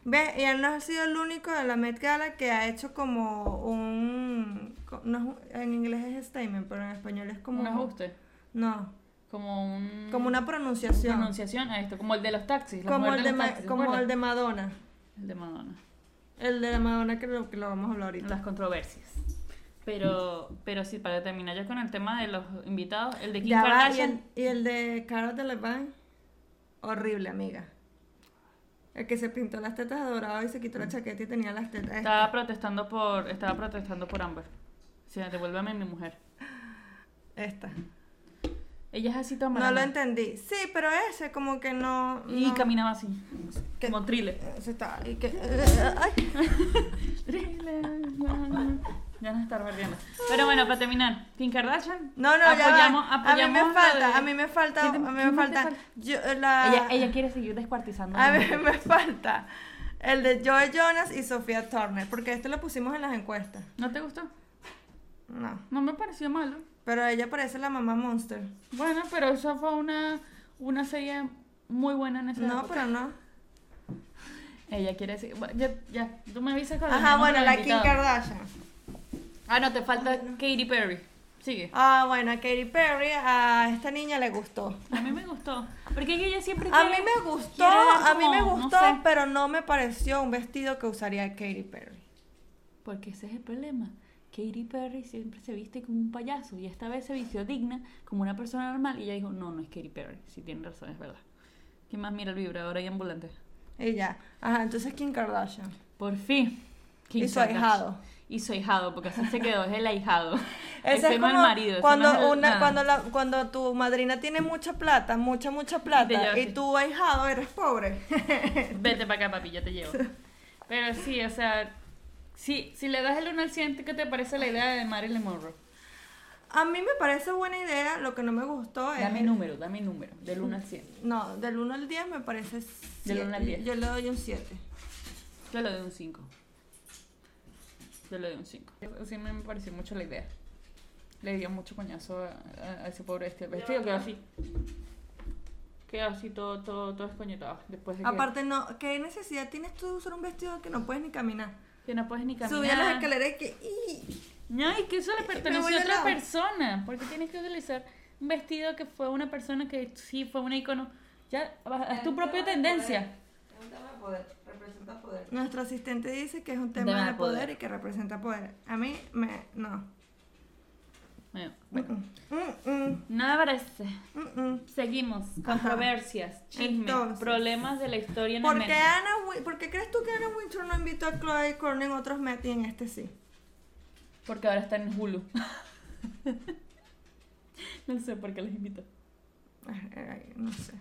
[SPEAKER 1] Ve, y él no ha sido el único de la Met Gala que ha hecho como un... co- No, es un- en inglés es statement, pero en español es como...
[SPEAKER 2] Como un ajuste.
[SPEAKER 1] No,
[SPEAKER 2] Como un.
[SPEAKER 1] como una pronunciación.
[SPEAKER 2] pronunciación a esto. Como el de los taxis. la
[SPEAKER 1] como
[SPEAKER 2] mujer
[SPEAKER 1] el de,
[SPEAKER 2] los
[SPEAKER 1] Ma-
[SPEAKER 2] taxis, ¿se
[SPEAKER 1] como el
[SPEAKER 2] acuerdan?
[SPEAKER 1] de Madonna.
[SPEAKER 2] El de Madonna. Ah,
[SPEAKER 1] El de la Madonna que lo, que lo vamos a hablar ahorita.
[SPEAKER 2] Las controversias. Pero, pero sí, para terminar ya con el tema de los invitados, el de Kim
[SPEAKER 1] Ya va, y, el,
[SPEAKER 2] Kardashian.
[SPEAKER 1] y el de Carol Delevingne, horrible, amiga. El que se pintó las tetas de dorado y se quitó
[SPEAKER 2] Mm.
[SPEAKER 1] la chaqueta y tenía las tetas.
[SPEAKER 2] Estaba protestando por, estaba protestando por Amber. Sí, devuélveme mi mujer.
[SPEAKER 1] Esta.
[SPEAKER 2] Ella es así tan
[SPEAKER 1] No lo
[SPEAKER 2] banana.
[SPEAKER 1] entendí. Sí, pero ese como que no.
[SPEAKER 2] Y
[SPEAKER 1] no-
[SPEAKER 2] caminaba así,
[SPEAKER 1] que-
[SPEAKER 2] como thriller.
[SPEAKER 1] se está- y que- ay.
[SPEAKER 2] Thriller, ya no- Ya nos está barriendo. Pero bueno, para terminar, Kim Kardashian.
[SPEAKER 1] No, no,
[SPEAKER 2] apoyamos,
[SPEAKER 1] ya va.
[SPEAKER 2] apoyamos
[SPEAKER 1] a mí
[SPEAKER 2] lo
[SPEAKER 1] me falta,
[SPEAKER 2] de-
[SPEAKER 1] a mí me falta,
[SPEAKER 2] ¿Qué te-
[SPEAKER 1] a mí
[SPEAKER 2] qué
[SPEAKER 1] me
[SPEAKER 2] más te
[SPEAKER 1] falta.
[SPEAKER 2] falta?
[SPEAKER 1] Yo, la...
[SPEAKER 2] Ella, ella quiere seguir descuartizando.
[SPEAKER 1] A
[SPEAKER 2] la
[SPEAKER 1] mí
[SPEAKER 2] mujer.
[SPEAKER 1] me falta el de Joy Jonas y Sofía Turner, porque esto lo pusimos en las encuestas.
[SPEAKER 2] ¿No te gustó?
[SPEAKER 1] No,
[SPEAKER 2] No me pareció malo.
[SPEAKER 1] pero ella parece la mamá Monster.
[SPEAKER 2] Bueno, pero esa fue una, una serie muy buena en ese
[SPEAKER 1] No, pero no.
[SPEAKER 2] Ella quiere decir. bueno, Ya, ya, tú me avisas cuando
[SPEAKER 1] Ajá,
[SPEAKER 2] tengamos
[SPEAKER 1] bueno,
[SPEAKER 2] al
[SPEAKER 1] la Kim
[SPEAKER 2] invitado.
[SPEAKER 1] Kardashian.
[SPEAKER 2] Ah, no, te falta Katy Perry. Sigue.
[SPEAKER 1] Ah, bueno, a Katy Perry, a esta niña le gustó.
[SPEAKER 2] A mí me gustó. Porque ella siempre.
[SPEAKER 1] A mí
[SPEAKER 2] quiere-
[SPEAKER 1] me gustó,
[SPEAKER 2] quiere dar
[SPEAKER 1] a mí me
[SPEAKER 2] como, no
[SPEAKER 1] gustó,
[SPEAKER 2] sé.
[SPEAKER 1] pero no me pareció un vestido que usaría Katy Perry.
[SPEAKER 2] Porque ese es el problema. Katy Perry siempre se viste como un payaso y esta vez se vistió digna, como una persona normal. Y ella dijo: No, no es Katy Perry. Si tiene razón, es verdad. ¿Quién más mira el vibrador ahí ambulante?
[SPEAKER 1] Y ya. Ajá, entonces Kim Kardashian.
[SPEAKER 2] Por fin. Kim
[SPEAKER 1] Y su
[SPEAKER 2] Kardashian.
[SPEAKER 1] ahijado.
[SPEAKER 2] Y su ahijado, porque así se quedó, es el ahijado.
[SPEAKER 1] Ese
[SPEAKER 2] Ese
[SPEAKER 1] es como
[SPEAKER 2] no es el marido. ese
[SPEAKER 1] cuando
[SPEAKER 2] no es el-
[SPEAKER 1] una
[SPEAKER 2] nada.
[SPEAKER 1] cuando la, cuando tu madrina tiene mucha plata, mucha mucha plata
[SPEAKER 2] llevas
[SPEAKER 1] y
[SPEAKER 2] así.
[SPEAKER 1] tu ahijado eres pobre.
[SPEAKER 2] Vete para acá, papi, yo te llevo. Pero sí, o sea, sí, si le das el 1 al 100, ¿qué te parece la idea de Marilyn Monroe?
[SPEAKER 1] A mí me parece buena idea, lo que no me gustó es
[SPEAKER 2] Dame número, dame número, del 1 al 100.
[SPEAKER 1] No, del 1 al 10 me parece siete.
[SPEAKER 2] uno al diez.
[SPEAKER 1] Yo le doy un 7.
[SPEAKER 2] Yo le doy un 5. Yo le doy un 5. Sí, me pareció mucho la idea. Le dio mucho coñazo a, a- a ese pobre este vestido, quedó así. Quedó así todo, todo, todo escoñetado. Después de que,
[SPEAKER 1] Aparte no, ¿qué necesidad tienes tú de usar un vestido que no puedes ni caminar?
[SPEAKER 2] que no puedes ni caminar.
[SPEAKER 1] Subí a las escaleras y que ¡ih!
[SPEAKER 2] No, es que eso le
[SPEAKER 1] voy
[SPEAKER 2] perteneció a
[SPEAKER 1] de
[SPEAKER 2] otra
[SPEAKER 1] lado.
[SPEAKER 2] persona. Porque tienes que utilizar un vestido que fue una persona que sí fue un icono. Ya, haz tu propia tendencia.
[SPEAKER 3] Es un tema de poder, representa poder.
[SPEAKER 1] nuestro asistente dice que es un tema
[SPEAKER 2] Tema
[SPEAKER 1] de
[SPEAKER 2] de
[SPEAKER 1] poder.
[SPEAKER 2] poder.
[SPEAKER 1] y que representa poder. A mí me no.
[SPEAKER 2] Bueno, bueno.
[SPEAKER 1] Mm, mm,
[SPEAKER 2] Nada parece.
[SPEAKER 1] mm, mm.
[SPEAKER 2] Seguimos. Controversias, chismes,
[SPEAKER 1] Entonces.
[SPEAKER 2] problemas de la historia en el
[SPEAKER 1] ¿Por qué,
[SPEAKER 2] medio.
[SPEAKER 1] Ana Win- por qué crees tú que Ana Wintour no invitó a Chloe Corn en otros Met y en este sí?
[SPEAKER 2] Porque ahora están en Hulu. no sé por qué les invito.
[SPEAKER 1] Ay, ay, Eh, No sé.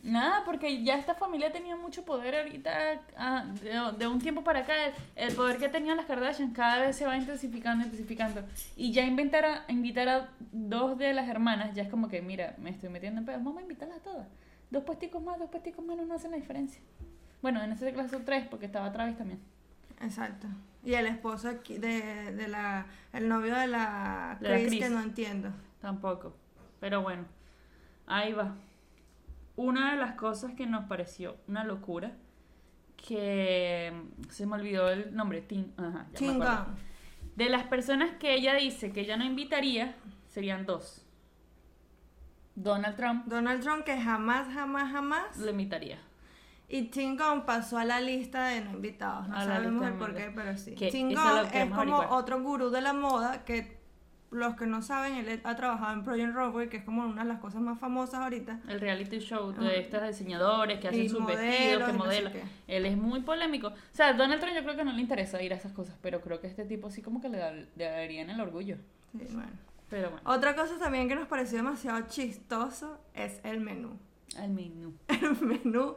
[SPEAKER 2] Nada, porque ya esta familia tenía mucho poder ahorita, ah, de, de un tiempo para acá, el, el poder que tenían las Kardashian cada vez se va intensificando, intensificando. Y ya inventar a, invitar a dos de las hermanas, ya es como que, mira, me estoy metiendo en pedos, vamos a invitarlas a todas. Dos puesticos más, dos puesticos menos no hacen la diferencia. Bueno, en este caso tres, porque estaba Travis también.
[SPEAKER 1] Exacto. Y el esposo aquí de, de la. El novio de la
[SPEAKER 2] De la
[SPEAKER 1] Chris,
[SPEAKER 2] Kris.
[SPEAKER 1] que no entiendo.
[SPEAKER 2] Tampoco. Pero bueno, ahí va. Una de las cosas que nos pareció una locura, que se me olvidó el nombre, Tin, ajá, ya me acuerdo.
[SPEAKER 1] Chinga.
[SPEAKER 2] De las personas que ella dice que ella no invitaría, serían dos. Donald Trump
[SPEAKER 1] Donald Trump que jamás, jamás, jamás.
[SPEAKER 2] lo invitaría.
[SPEAKER 1] Y Chingón pasó a la lista de no invitados. No
[SPEAKER 2] A la
[SPEAKER 1] sabemos
[SPEAKER 2] lista
[SPEAKER 1] el
[SPEAKER 2] de no
[SPEAKER 1] por qué, pero
[SPEAKER 2] invitados.
[SPEAKER 1] sí.
[SPEAKER 2] Que eso
[SPEAKER 1] Chingón
[SPEAKER 2] es lo que
[SPEAKER 1] es como
[SPEAKER 2] queremos averiguar.
[SPEAKER 1] otro gurú de la moda que los que no saben, él ha trabajado en Project Runway, que es como una de las cosas más famosas ahorita.
[SPEAKER 2] El reality show
[SPEAKER 1] Ah.
[SPEAKER 2] de estos diseñadores que hacen
[SPEAKER 1] Y
[SPEAKER 2] sus
[SPEAKER 1] modelos,
[SPEAKER 2] vestidos, que
[SPEAKER 1] y no sé
[SPEAKER 2] modelan. Él es muy polémico. O sea, Donald Trump yo creo que no le interesa ir a esas cosas, pero creo que este tipo sí como que le, da- le darían el orgullo.
[SPEAKER 1] Sí, bueno.
[SPEAKER 2] Pero bueno,
[SPEAKER 1] Otra cosa también que nos pareció demasiado chistoso es el menú.
[SPEAKER 2] al menú.
[SPEAKER 1] El menú.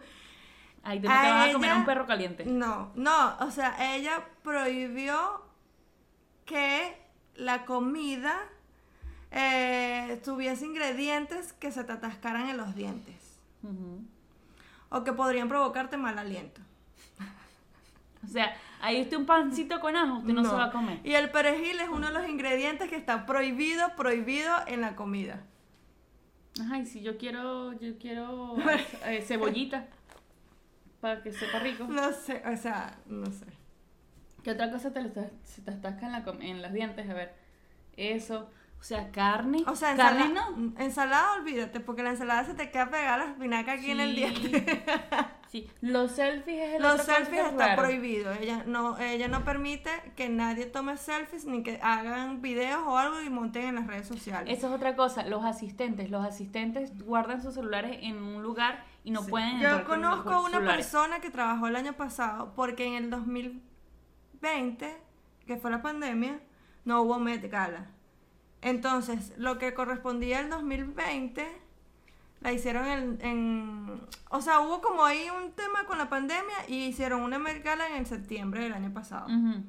[SPEAKER 2] Ay, tú no te
[SPEAKER 1] A
[SPEAKER 2] vas a
[SPEAKER 1] ella-
[SPEAKER 2] comer a un perro caliente.
[SPEAKER 1] No, no, o sea, ella prohibió que la comida eh, tuviese ingredientes que se te atascaran en los dientes
[SPEAKER 2] Ujú.
[SPEAKER 1] o que podrían provocarte mal aliento.
[SPEAKER 2] O sea, ahí usted un pancito con ajo, usted no, se va a comer.
[SPEAKER 1] Y el perejil es uno de los ingredientes que está prohibido, prohibido en la comida.
[SPEAKER 2] Ay, si yo quiero, yo quiero eh, cebollita para que sepa rico.
[SPEAKER 1] No sé, o sea, no sé.
[SPEAKER 2] ¿Qué otra cosa te lo estás- se te atasca en, la com- en los dientes? A ver, eso. O sea, carne.
[SPEAKER 1] O sea,
[SPEAKER 2] carne
[SPEAKER 1] ensalada, ensalada olvídate, porque la ensalada se te queda pegada la espinaca aquí en el diente.
[SPEAKER 2] Sí, los selfies es el
[SPEAKER 1] Los
[SPEAKER 2] otro concepto
[SPEAKER 1] selfies están
[SPEAKER 2] raro.
[SPEAKER 1] prohibidos. Ella no, ella no permite que nadie tome selfies ni que hagan videos o algo y monten en las redes sociales.
[SPEAKER 2] Eso es otra cosa, los asistentes, los asistentes guardan sus celulares en un lugar y no
[SPEAKER 1] Sí.
[SPEAKER 2] pueden entrar
[SPEAKER 1] Yo
[SPEAKER 2] con los
[SPEAKER 1] conozco una
[SPEAKER 2] celulares.
[SPEAKER 1] persona que trabajó el año pasado porque en el 2020, que fue la pandemia, no hubo Met Gala. Entonces, lo que correspondía al 2020 la hicieron en, en- O sea, hubo como ahí un tema con la pandemia y hicieron una Met Gala en septiembre del año pasado.
[SPEAKER 2] Ujú.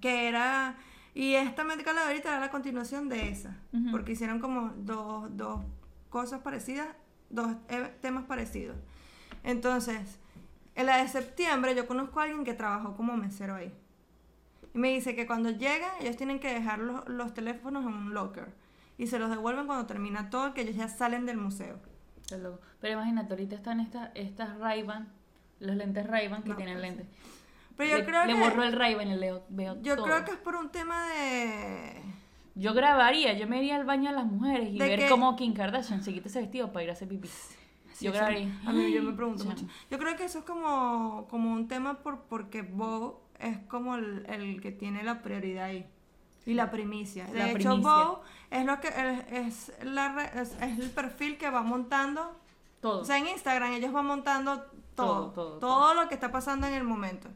[SPEAKER 1] que era y esta médica la de ahorita era la continuación de esa
[SPEAKER 2] Ujú.
[SPEAKER 1] porque hicieron como dos, dos cosas parecidas dos eh, temas parecidos entonces en la de septiembre yo conozco a alguien que trabajó como mesero ahí y me dice que cuando llega ellos tienen que dejar los, los teléfonos en un locker y se los devuelven cuando termina todo que ellos ya salen del museo
[SPEAKER 2] Está loco. Pero imagínate, ahorita están estas, estas Ray-Ban, los lentes Ray-Ban que
[SPEAKER 1] No,
[SPEAKER 2] tienen
[SPEAKER 1] pues,
[SPEAKER 2] lentes.
[SPEAKER 1] pero yo
[SPEAKER 2] le,
[SPEAKER 1] creo
[SPEAKER 2] le
[SPEAKER 1] que
[SPEAKER 2] borró el Ray-Ban y le veo
[SPEAKER 1] yo
[SPEAKER 2] todo.
[SPEAKER 1] creo que es por un tema de
[SPEAKER 2] Yo grabaría, yo me iría al baño a las mujeres y
[SPEAKER 1] ¿De
[SPEAKER 2] ver
[SPEAKER 1] qué?
[SPEAKER 2] cómo Kim Kardashian se quita ese vestido para ir a hacer pipí.
[SPEAKER 1] Sí,
[SPEAKER 2] yo
[SPEAKER 1] eso-
[SPEAKER 2] grabaría.
[SPEAKER 1] A mí yo me pregunto
[SPEAKER 2] Chamo.
[SPEAKER 1] mucho. Yo creo que eso es como, como un tema por, porque Bo es como el, el que tiene la prioridad ahí. Y la primicia. De
[SPEAKER 2] La
[SPEAKER 1] hecho,
[SPEAKER 2] primicia.
[SPEAKER 1] Bo es lo que es, es la re- es, es el perfil que va montando.
[SPEAKER 2] Todo.
[SPEAKER 1] O sea, en Instagram ellos van montando todo.
[SPEAKER 2] Todo, todo,
[SPEAKER 1] lo que está pasando en el momento.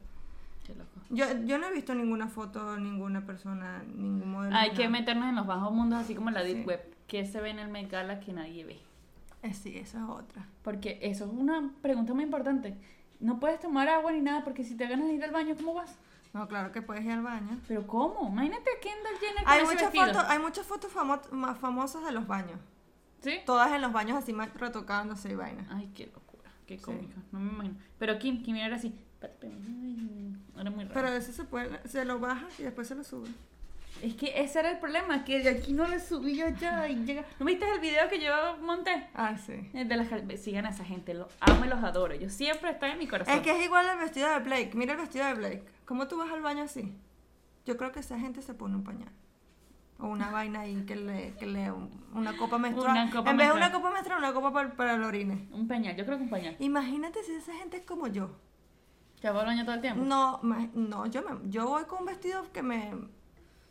[SPEAKER 2] Qué loco.
[SPEAKER 1] Yo, yo no he visto ninguna foto, ninguna persona, ningún modelo.
[SPEAKER 2] Hay
[SPEAKER 1] ni
[SPEAKER 2] que
[SPEAKER 1] nada.
[SPEAKER 2] meternos en los bajos mundos, así como en la Deep
[SPEAKER 1] Sí.
[SPEAKER 2] Web. que se ve en el Met Gala que nadie ve?
[SPEAKER 1] Eh, sí, esa es otra.
[SPEAKER 2] Porque eso es una pregunta muy importante. No puedes tomar agua ni nada porque si te ganas de ir al baño, ¿cómo vas?
[SPEAKER 1] No, claro que puedes ir al baño.
[SPEAKER 2] ¿Pero cómo? Imagínate a Kendall Jenner con
[SPEAKER 1] Hay
[SPEAKER 2] ese
[SPEAKER 1] muchas,
[SPEAKER 2] vestido.
[SPEAKER 1] fotos, hay muchas fotos famo- más famosas de los baños.
[SPEAKER 2] ¿Sí?
[SPEAKER 1] Todas en los baños así ma- retocándose y vaina.
[SPEAKER 2] Ay, qué locura. Qué cómica. No me imagino. Pero Kim, Kim era así. Era muy raro.
[SPEAKER 1] Pero eso se puede, se lo baja y después se lo sube.
[SPEAKER 2] Es que ese era el problema, que de aquí no le subí allá y llega. ¿No viste el video que yo monté?
[SPEAKER 1] Ah, sí.
[SPEAKER 2] El De las... cal- Sigan a esa gente, los amo y los adoro. Yo siempre está en mi corazón.
[SPEAKER 1] Es que es igual el vestido de Blake. Mira el vestido de Blake. ¿Cómo tú vas al baño así? Yo creo que esa gente se pone un pañal. O una vaina ahí que le. Que le una copa menstrual.
[SPEAKER 2] Una copa
[SPEAKER 1] en vez de una
[SPEAKER 2] menstrual.
[SPEAKER 1] copa menstrual, una copa para, para el orine.
[SPEAKER 2] Un pañal, yo creo que un pañal.
[SPEAKER 1] Imagínate si esa gente es como yo.
[SPEAKER 2] ¿Ya va al baño todo el tiempo?
[SPEAKER 1] No, ma- no yo, me, yo voy con un vestido que me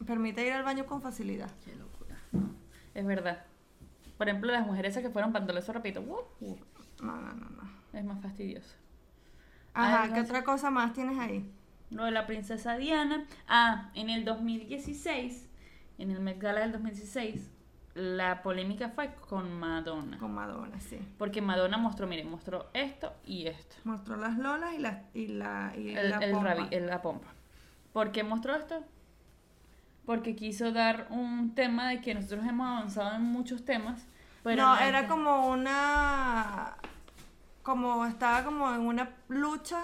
[SPEAKER 1] permite ir al baño con facilidad.
[SPEAKER 2] Qué locura. Es verdad. Por ejemplo, las mujeres esas que fueron pantalón, eso repito. ¡wup! ¡wup!
[SPEAKER 1] No, no, no, no.
[SPEAKER 2] Es más fastidioso.
[SPEAKER 1] Ajá,
[SPEAKER 2] Algo
[SPEAKER 1] ¿qué
[SPEAKER 2] así.
[SPEAKER 1] otra cosa más tienes ahí?
[SPEAKER 2] Lo de la princesa Diana. Ah, en el 2016, en el Met Gala del 2016, la polémica fue con Madonna.
[SPEAKER 1] Con Madonna, sí.
[SPEAKER 2] Porque Madonna mostró, miren, mostró esto y esto.
[SPEAKER 1] Mostró las lolas y la y la y
[SPEAKER 2] El,
[SPEAKER 1] la
[SPEAKER 2] el
[SPEAKER 1] pompa.
[SPEAKER 2] rabi- el- la pompa. ¿Por qué mostró esto? Porque quiso dar un tema de que nosotros hemos avanzado en muchos temas. Pero
[SPEAKER 1] no,
[SPEAKER 2] en
[SPEAKER 1] era
[SPEAKER 2] este-
[SPEAKER 1] como una como estaba como en una lucha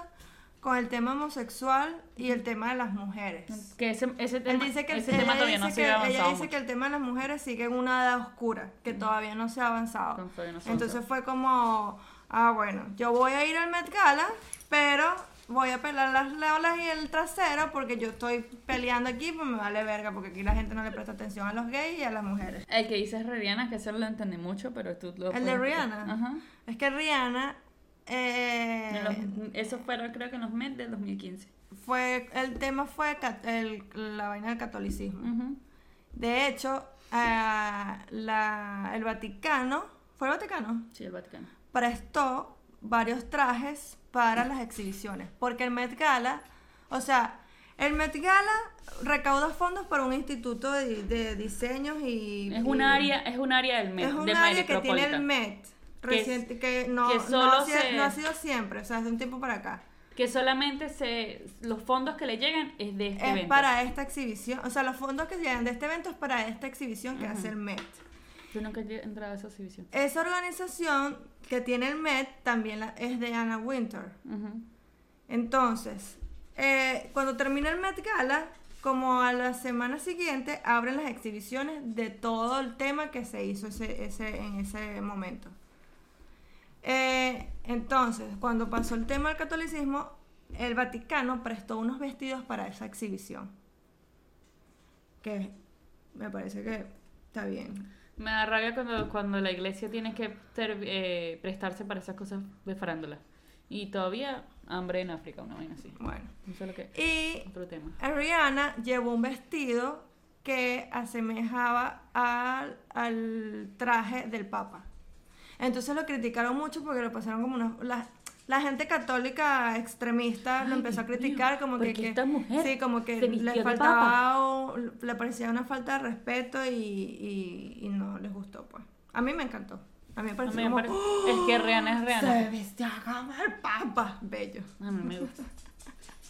[SPEAKER 1] con el tema homosexual y el tema de las mujeres.
[SPEAKER 2] Que ese, ese
[SPEAKER 1] Él
[SPEAKER 2] tema,
[SPEAKER 1] dice que el,
[SPEAKER 2] ese
[SPEAKER 1] ella
[SPEAKER 2] tema todavía
[SPEAKER 1] dice
[SPEAKER 2] no se
[SPEAKER 1] que-
[SPEAKER 2] había
[SPEAKER 1] ella
[SPEAKER 2] avanzado.
[SPEAKER 1] dice que el tema de las mujeres sigue en una edad oscura, que todavía no se ha avanzado.
[SPEAKER 2] mucho. Todavía no se avanzó.
[SPEAKER 1] Entonces fue como, ah, bueno, yo voy a ir al Met Gala, pero voy a pelar las leolas y el trasero porque yo estoy peleando aquí, pues me vale verga, porque aquí la gente no le presta atención a los gays y a las mujeres.
[SPEAKER 2] El que dices Rihanna, que eso lo entendí mucho, pero tú lo
[SPEAKER 1] ¿El
[SPEAKER 2] puedes
[SPEAKER 1] de
[SPEAKER 2] explicar.
[SPEAKER 1] Rihanna?
[SPEAKER 2] Ajá.
[SPEAKER 1] Es que Rihanna eh,
[SPEAKER 2] En los- eso fueron creo que en los Met del 2015.
[SPEAKER 1] fue, el tema fue cat- el- la vaina del catolicismo.
[SPEAKER 2] Ujú.
[SPEAKER 1] De hecho, ah, la, el Vaticano, ¿fue el Vaticano?
[SPEAKER 2] Sí, el Vaticano.
[SPEAKER 1] prestó varios trajes para las exhibiciones, porque el Met Gala, o sea, el Met Gala recauda fondos para un instituto de, de diseños y...
[SPEAKER 2] Es
[SPEAKER 1] y-
[SPEAKER 2] un área, es un área del Met,
[SPEAKER 1] es un
[SPEAKER 2] del
[SPEAKER 1] área que tiene
[SPEAKER 2] Metropolitan.
[SPEAKER 1] el Met,
[SPEAKER 2] Que es-
[SPEAKER 1] reciente, que, no,
[SPEAKER 2] que
[SPEAKER 1] no
[SPEAKER 2] solo
[SPEAKER 1] ha sido,
[SPEAKER 2] se-
[SPEAKER 1] no ha sido siempre, o sea, es de un tiempo para acá.
[SPEAKER 2] Que solamente se los fondos que le llegan es de este
[SPEAKER 1] es
[SPEAKER 2] evento.
[SPEAKER 1] para esta exhibición, o sea, los fondos que llegan de este evento es para esta exhibición que hace el Met.
[SPEAKER 2] Yo nunca he entrado a esa exhibición.
[SPEAKER 1] Esa organización que tiene el Met también la- es de Anna Winter.
[SPEAKER 2] Ujú.
[SPEAKER 1] Entonces, eh, cuando termina el Met Gala, como a la semana siguiente, abren las exhibiciones de todo el tema que se hizo ese, ese- en ese momento. Eh, entonces, cuando pasó el tema del catolicismo, el Vaticano prestó unos vestidos para esa exhibición. Que me parece que Está bien.
[SPEAKER 2] Me da rabia cuando, cuando la iglesia tiene que ter- eh, prestarse para esas cosas de farándula. Y todavía hambre en África, una vaina así.
[SPEAKER 1] Bueno.
[SPEAKER 2] Eso es lo que...
[SPEAKER 1] Y
[SPEAKER 2] Otro tema.
[SPEAKER 1] Rihanna llevó un vestido que asemejaba al, al traje del Papa. Entonces lo criticaron mucho porque lo pasaron como unos... La, la gente católica extremista lo
[SPEAKER 2] Ay,
[SPEAKER 1] empezó a
[SPEAKER 2] Dios
[SPEAKER 1] criticar
[SPEAKER 2] mío,
[SPEAKER 1] como
[SPEAKER 2] ¿por
[SPEAKER 1] que,
[SPEAKER 2] qué
[SPEAKER 1] que-
[SPEAKER 2] esta mujer
[SPEAKER 1] sí como que
[SPEAKER 2] se vistió
[SPEAKER 1] le
[SPEAKER 2] de
[SPEAKER 1] faltaba un- le parecía una falta de respeto y, y- y no les gustó pues a mí me encantó a mí me
[SPEAKER 2] A
[SPEAKER 1] pareció
[SPEAKER 2] mí me
[SPEAKER 1] como, "Uh,
[SPEAKER 2] parece- Es que Rihanna es Rihanna.
[SPEAKER 1] se vistió como el Papa bello
[SPEAKER 2] A mí me gusta.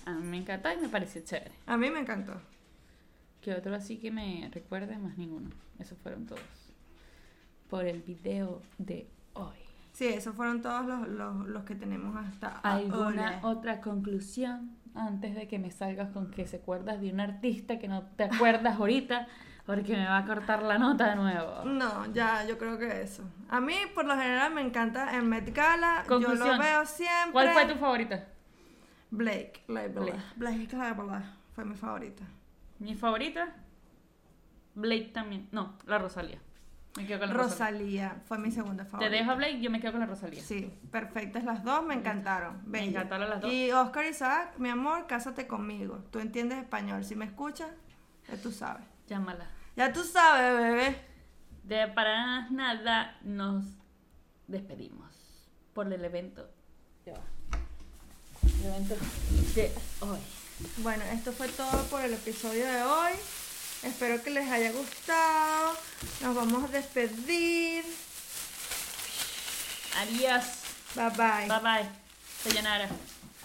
[SPEAKER 2] A mí me encanta y me parece chévere.
[SPEAKER 1] a mí me encantó
[SPEAKER 2] Que otro así que me recuerde? Más ninguno. Esos fueron todos. Por el video de hoy.
[SPEAKER 1] Sí, esos fueron todos los, los, los que tenemos hasta
[SPEAKER 2] ¿Alguna
[SPEAKER 1] ahora.
[SPEAKER 2] otra conclusión antes de que me salgas con que se acuerdas de un artista que no te acuerdas ahorita? Porque me va a cortar la nota de nuevo.
[SPEAKER 1] No, ya, yo creo que eso. A mí, por lo general, me encanta el Met Gala. Yo
[SPEAKER 2] Conclusión.
[SPEAKER 1] lo veo siempre.
[SPEAKER 2] ¿Cuál fue tu favorita?
[SPEAKER 1] Blake, Lively.
[SPEAKER 2] Blake.
[SPEAKER 1] Blake Lively fue mi favorita.
[SPEAKER 2] Mi favorita. Blake también. No, la Rosalía. Me quedo con la Rosalía.
[SPEAKER 1] Rosalía fue mi segunda favorita.
[SPEAKER 2] Te dejo a Blake, yo me quedo con la Rosalía.
[SPEAKER 1] Sí, perfectas las dos, me encantaron.
[SPEAKER 2] Me
[SPEAKER 1] bellas.
[SPEAKER 2] encantaron las dos.
[SPEAKER 1] Y Oscar Isaac, mi amor, cásate conmigo. Tú entiendes español. Si me escuchas, ya tú sabes.
[SPEAKER 2] Llámala.
[SPEAKER 1] Ya tú sabes, bebé.
[SPEAKER 2] De para nada nos despedimos por el evento. Ya va. El evento de hoy.
[SPEAKER 1] Bueno, esto fue todo por el episodio de hoy. Espero que les haya gustado. Nos vamos a despedir.
[SPEAKER 2] Adiós.
[SPEAKER 1] Bye bye.
[SPEAKER 2] Bye bye. Sayonara.